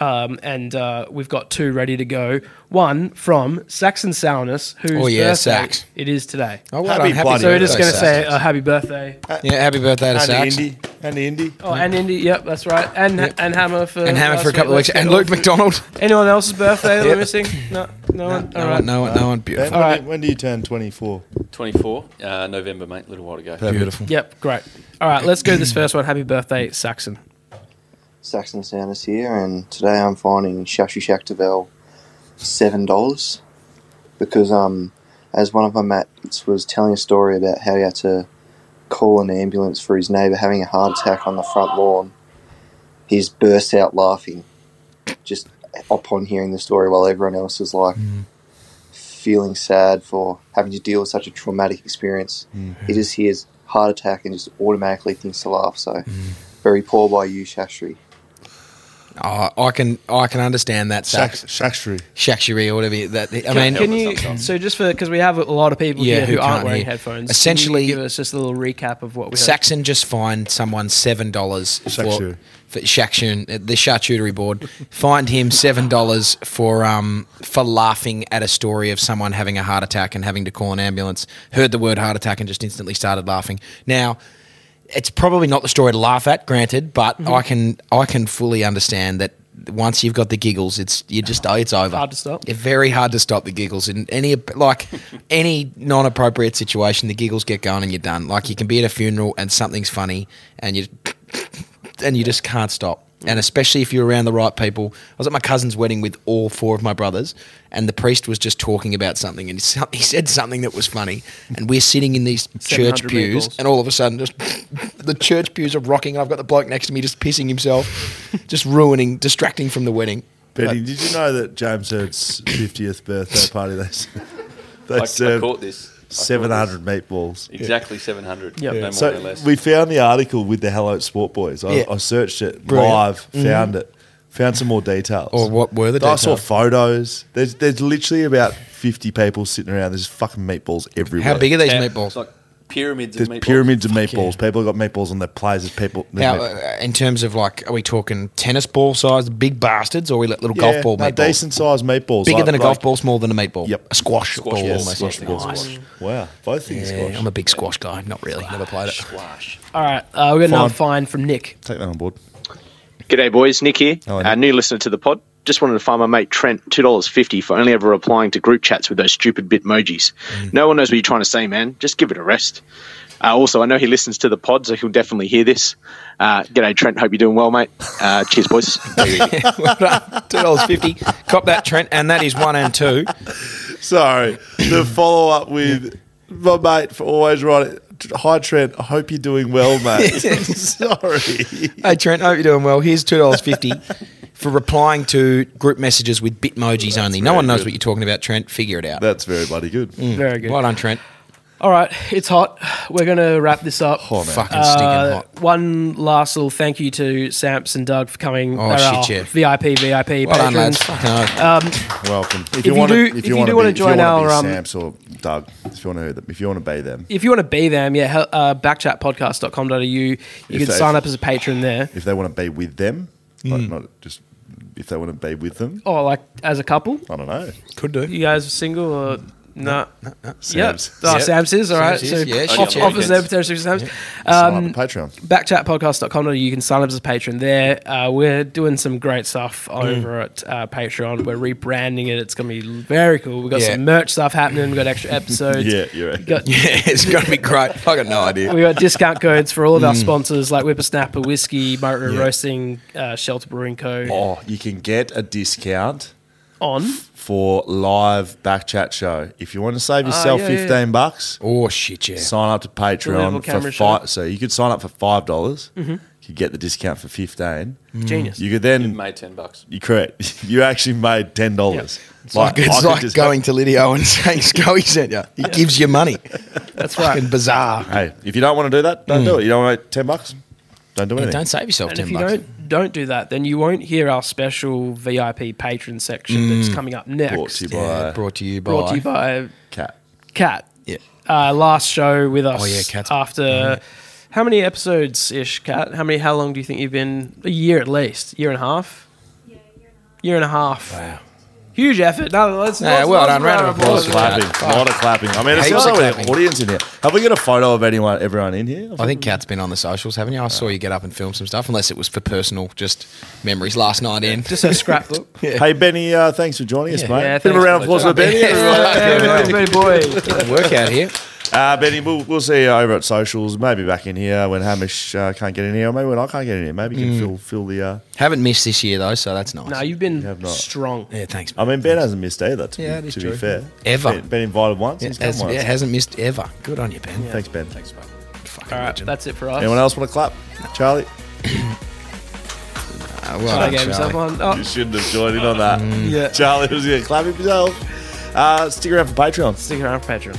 A: Um, and uh, we've got two ready to go. One from Saxon Sourness, whose
E: Oh, yeah,
A: birthday
E: Sax.
A: it is today.
E: Oh, well
D: Happy
E: done. happy
D: bloody
A: so we're just
E: birthday,
A: going to say
E: Sax.
A: uh, happy birthday.
E: yeah, happy birthday to
D: And
E: Sax.
D: Indy. And Indy.
A: Oh, and Indy, yep, that's right. And and Hammer for
E: And Hammer
A: last
E: for a couple of
A: week.
E: weeks.
A: Let's
E: And
A: get
E: Luke
A: off.
E: McDonald.
A: Anyone else's birthday that
E: Yeah.
A: we're missing? No, no, one. All
E: No
A: right.
E: one, no one, no one.
D: Ben,
E: Beautiful.
D: when,
A: Alright.
D: do you, when do you turn 24?
F: 24 uh, November, mate. A little while ago.
E: Beautiful.
A: Yep, great. All right, let's go to this first one. Happy birthday, Saxon.
G: Saxon Sounders here, and today I'm finding Shashi Shaktivel seven dollars because um, as one of my mates was telling a story about how he had to call an ambulance for his neighbour having a heart attack on the front lawn, he's burst out laughing just upon hearing the story, while everyone else is like feeling sad for having to deal with such a traumatic experience. He just hears heart attack and just automatically thinks to laugh. So very poor by you, Shashri.
E: Oh, I can, I can understand that Sax,
D: Shakshri.
E: Shakshiri or whatever. That I
A: Can,
E: mean,
A: can you? So just for because we have a lot of people
E: Yeah,
A: here
E: who
A: who,
E: can't
A: aren't wearing
E: hear.
A: headphones.
E: Essentially-
A: can you give us just a little recap of what we heard.
E: Saxon just fined someone seven dollars for
D: Shakshu.
E: for Shakshun, uh, the charcuterie board. fined him seven dollars for um for laughing at a story of someone having a heart attack and having to call an ambulance. Heard the word heart attack and just instantly started laughing. Now, it's probably not the story to laugh at, granted, but
A: Mm-hmm.
E: I can I can fully understand that. Once you've got the giggles, it's you just it's over.
A: Hard to stop.
E: It's very hard to stop the giggles in any like any non-appropriate situation. The giggles get going and you're done. Like you can be at a funeral and something's funny and you and you just can't stop. And especially if you're around the right people. I was at my cousin's wedding with all four of my brothers, and the priest was just talking about something, and he sa- he said something that was funny. And we're sitting in these church
A: 700
E: pews,
A: meatballs.
E: and all of a sudden, just the church pews are rocking, and I've got the bloke next to me just pissing himself, just ruining, distracting from the wedding.
D: Benny, did you know that James Heard's 50th birthday party, they, s- they
F: I,
E: uh,
F: I
D: served
F: caught this. I caught this.
D: 700 meatballs?
F: Exactly 700.
A: Yep.
F: No
A: Yeah.
F: more, no
D: So
F: less.
D: we found the article with the Hello Sport Boys. I,
E: Yeah.
D: I searched it
E: Brilliant. Mm-hmm.
D: live, found it, found some more details.
E: Or what were the
D: I saw
E: details?
D: photos. There's there's literally about 50 people sitting around. There's fucking meatballs everywhere.
E: How big are these
F: Yeah,
E: meatballs?
F: It's like pyramids
D: There's
F: of meatballs.
D: pyramids of meatballs. People have got meatballs on their plays. There's people. there's
E: Now,
D: meatballs.
E: uh, in terms of like, are we talking tennis ball size, big bastards, or are we like little golf ball
D: no,
E: meatballs?
D: decent sized meatballs.
E: Bigger
D: Like-
E: than a golf
D: like-
E: ball, smaller than a meatball.
D: Yep.
E: A squash,
F: Squash,
E: ball
F: yeah,
E: almost.
F: squash
E: Yeah,
F: ball,
E: nice.
F: squash.
D: Wow, both things
E: Yeah,
D: squash.
E: I'm a big squash guy. Not really. Never played it.
F: Splash.
A: All right, uh, we got another fine from Nick.
D: Take that on board.
H: G'day, boys. Nick here.
D: Hello,
H: uh,
D: Nick.
H: new listener to the pod. Just wanted to find my mate Trent $2.50 for only ever replying to group chats with those stupid bitmojis. No one knows what you're trying to say, man. Just give it a rest. Uh, also, I know he listens to the pod, so he'll definitely hear this. Uh, g'day, Trent. Hope you're doing well, mate. Uh, cheers, boys.
E: well done. Two dollars fifty. Cop that, Trent, and that is one and two.
D: Sorry. the follow up with my mate for always writing hi Trent. I hope you're doing well, mate. Sorry.
E: Hey Trent, hope you're doing well. Here's two dollars fifty for replying to group messages with bitmojis only. No
D: very
E: one knows
D: good.
E: what you're talking about, Trent. Figure it out.
D: That's very bloody good.
A: Very good.
E: Well done, Trent.
A: All right, it's hot. We're going to wrap this up.
E: Oh, Fucking
A: Uh,
E: stinking hot.
A: One last little thank you to Samps and Doug for coming.
E: Oh,
A: They're
E: shit,
A: our
E: yeah.
A: VIP, VIP
E: Well done, lads. Uh,
A: patrons.
E: Fucking hell.
A: Uh,
D: Welcome. If,
A: you do- if you
D: wanna
A: do wanna
D: be- if you
A: join
D: wanna be
A: our, um,
D: Sam's or Doug, if you want to, if you want to be them,
A: If you want to be them, yeah, hel- uh, backchatpodcast.com.au. You can
D: they-
A: sign up as a patron there.
D: if they want to be with them,
A: Mm.
D: like not just if they want to be with them.
A: Or like as a couple.
D: I don't know.
E: Could do.
A: You guys are single or no? Yep.
D: Sam's.
A: Oh,
D: Yep.
A: Sam's is, all right.
E: Sam's is,
A: so
E: yeah,
A: off-
E: shit, yeah.
A: offers there potentially for Sam's. Um,
D: Sign up at Patreon.
A: backchatpodcast.com. You can sign up as a patron there. Uh, we're doing some great stuff over at uh, Patreon. We're rebranding it. It's going to be very cool. We've got
E: Yeah.
A: some merch stuff happening. We've got extra episodes.
D: Yeah, you're right.
A: Got,
E: Yeah, it's gonna be great. I got no idea.
A: we got discount codes for all of
E: Mm.
A: our sponsors like Whippersnapper Whiskey, Motor Roasting, uh, Shelter Brewing Co.
D: Oh, you can get a discount
A: On.
E: Mm.
D: for live back chat show. If you want to save yourself
A: Oh, yeah, yeah,
D: fifteen bucks,
E: Oh shit, yeah.
D: sign up to
A: Little
D: Patreon
A: camera Mm-hmm.
D: for
A: shot.
D: five. So you could sign up for five dollars. You could get the discount for fifteen.
A: Genius.
D: You could then
F: Made ten bucks.
D: you correct. You actually made ten dollars. It's
E: Like, it's like going to Lydio and saying Scully sent you. He gives you money.
A: That's right.
E: Fucking bizarre.
D: Hey, if you don't want to do that,
E: Mm.
D: don't do it. You don't want ten bucks, don't do anything.
E: Don't save yourself
A: And
E: ten
A: if you
E: bucks.
A: don't don't do that, then you won't hear our special VIP patron section that's coming up next.
D: Brought to you
E: Yeah,
D: by
E: Mm. brought to you by.
A: Brought to you by
D: Cat.
A: Cat.
E: Yeah.
A: Uh, last show with us.
E: Oh, yeah, Cat's-
A: After how many episodes ish, Cat? How many? How long do you think you've been? A year at least. Year and a half. Year and a half. Wow. Huge effort. No, let's.
E: Yeah,
A: let's-
E: well
A: let's
E: done. Round of
D: A lot
E: applause.
D: of clapping. A lot of clapping. I mean, it's
E: Heaps
D: also
E: of
D: an
E: clapping. Oh,
D: audience in here. Have we got a photo of anyone, everyone in here?
E: I think Kat's been on the socials, haven't you? I saw you get up and film some stuff, unless it was for personal, just memories last night in.
A: Just a scrapbook.
D: Hey Benny, uh, thanks for joining us, mate.
A: Yeah,
D: Bit of a
A: thanks.
D: round of applause for Benny. everyone.
A: yeah, very boy.
E: Good work out here.
D: Uh, Benny, we'll, we'll see you over at socials. Maybe back in here when Hamish uh, can't get in here, or maybe when I can't get in here. Maybe
E: Mm.
D: you can fill fill the. Uh,
E: Haven't missed this year though, so that's nice.
A: No, you've been
D: have not.
A: strong.
E: yeah, thanks.
D: I mean, Ben hasn't missed either. To,
E: Yeah, that
D: be,
E: is
D: to
E: true.
D: be fair,
E: Ever.
D: been, been invited once.
E: Yeah,
D: he's come
E: has,
D: once.
E: yeah, hasn't missed ever. Good on you, Ben.
D: Thanks, Ben. Thanks,
E: Fucking
A: All right,
E: legend.
A: that's it for us.
D: Anyone else want to clap? Charlie,
E: Uh, well
A: I
E: done,
A: gave himself
E: Charlie.
A: one. Oh,
D: you shouldn't have joined in on that.
E: Mm.
A: yeah.
D: Charlie was going to clap himself. Uh, stick around for Patreon.
A: Stick around for Patreon.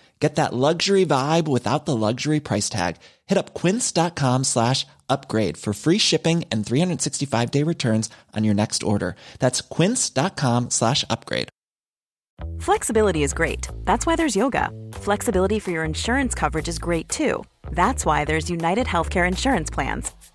I: Get that luxury vibe without the luxury price tag. Hit up quince.com slash upgrade for free shipping and 365 day returns on your next order. That's quince.com slash upgrade.
C: Flexibility is great. That's why there's yoga. Flexibility for your insurance coverage is great too. That's why there's United Healthcare Insurance Plans.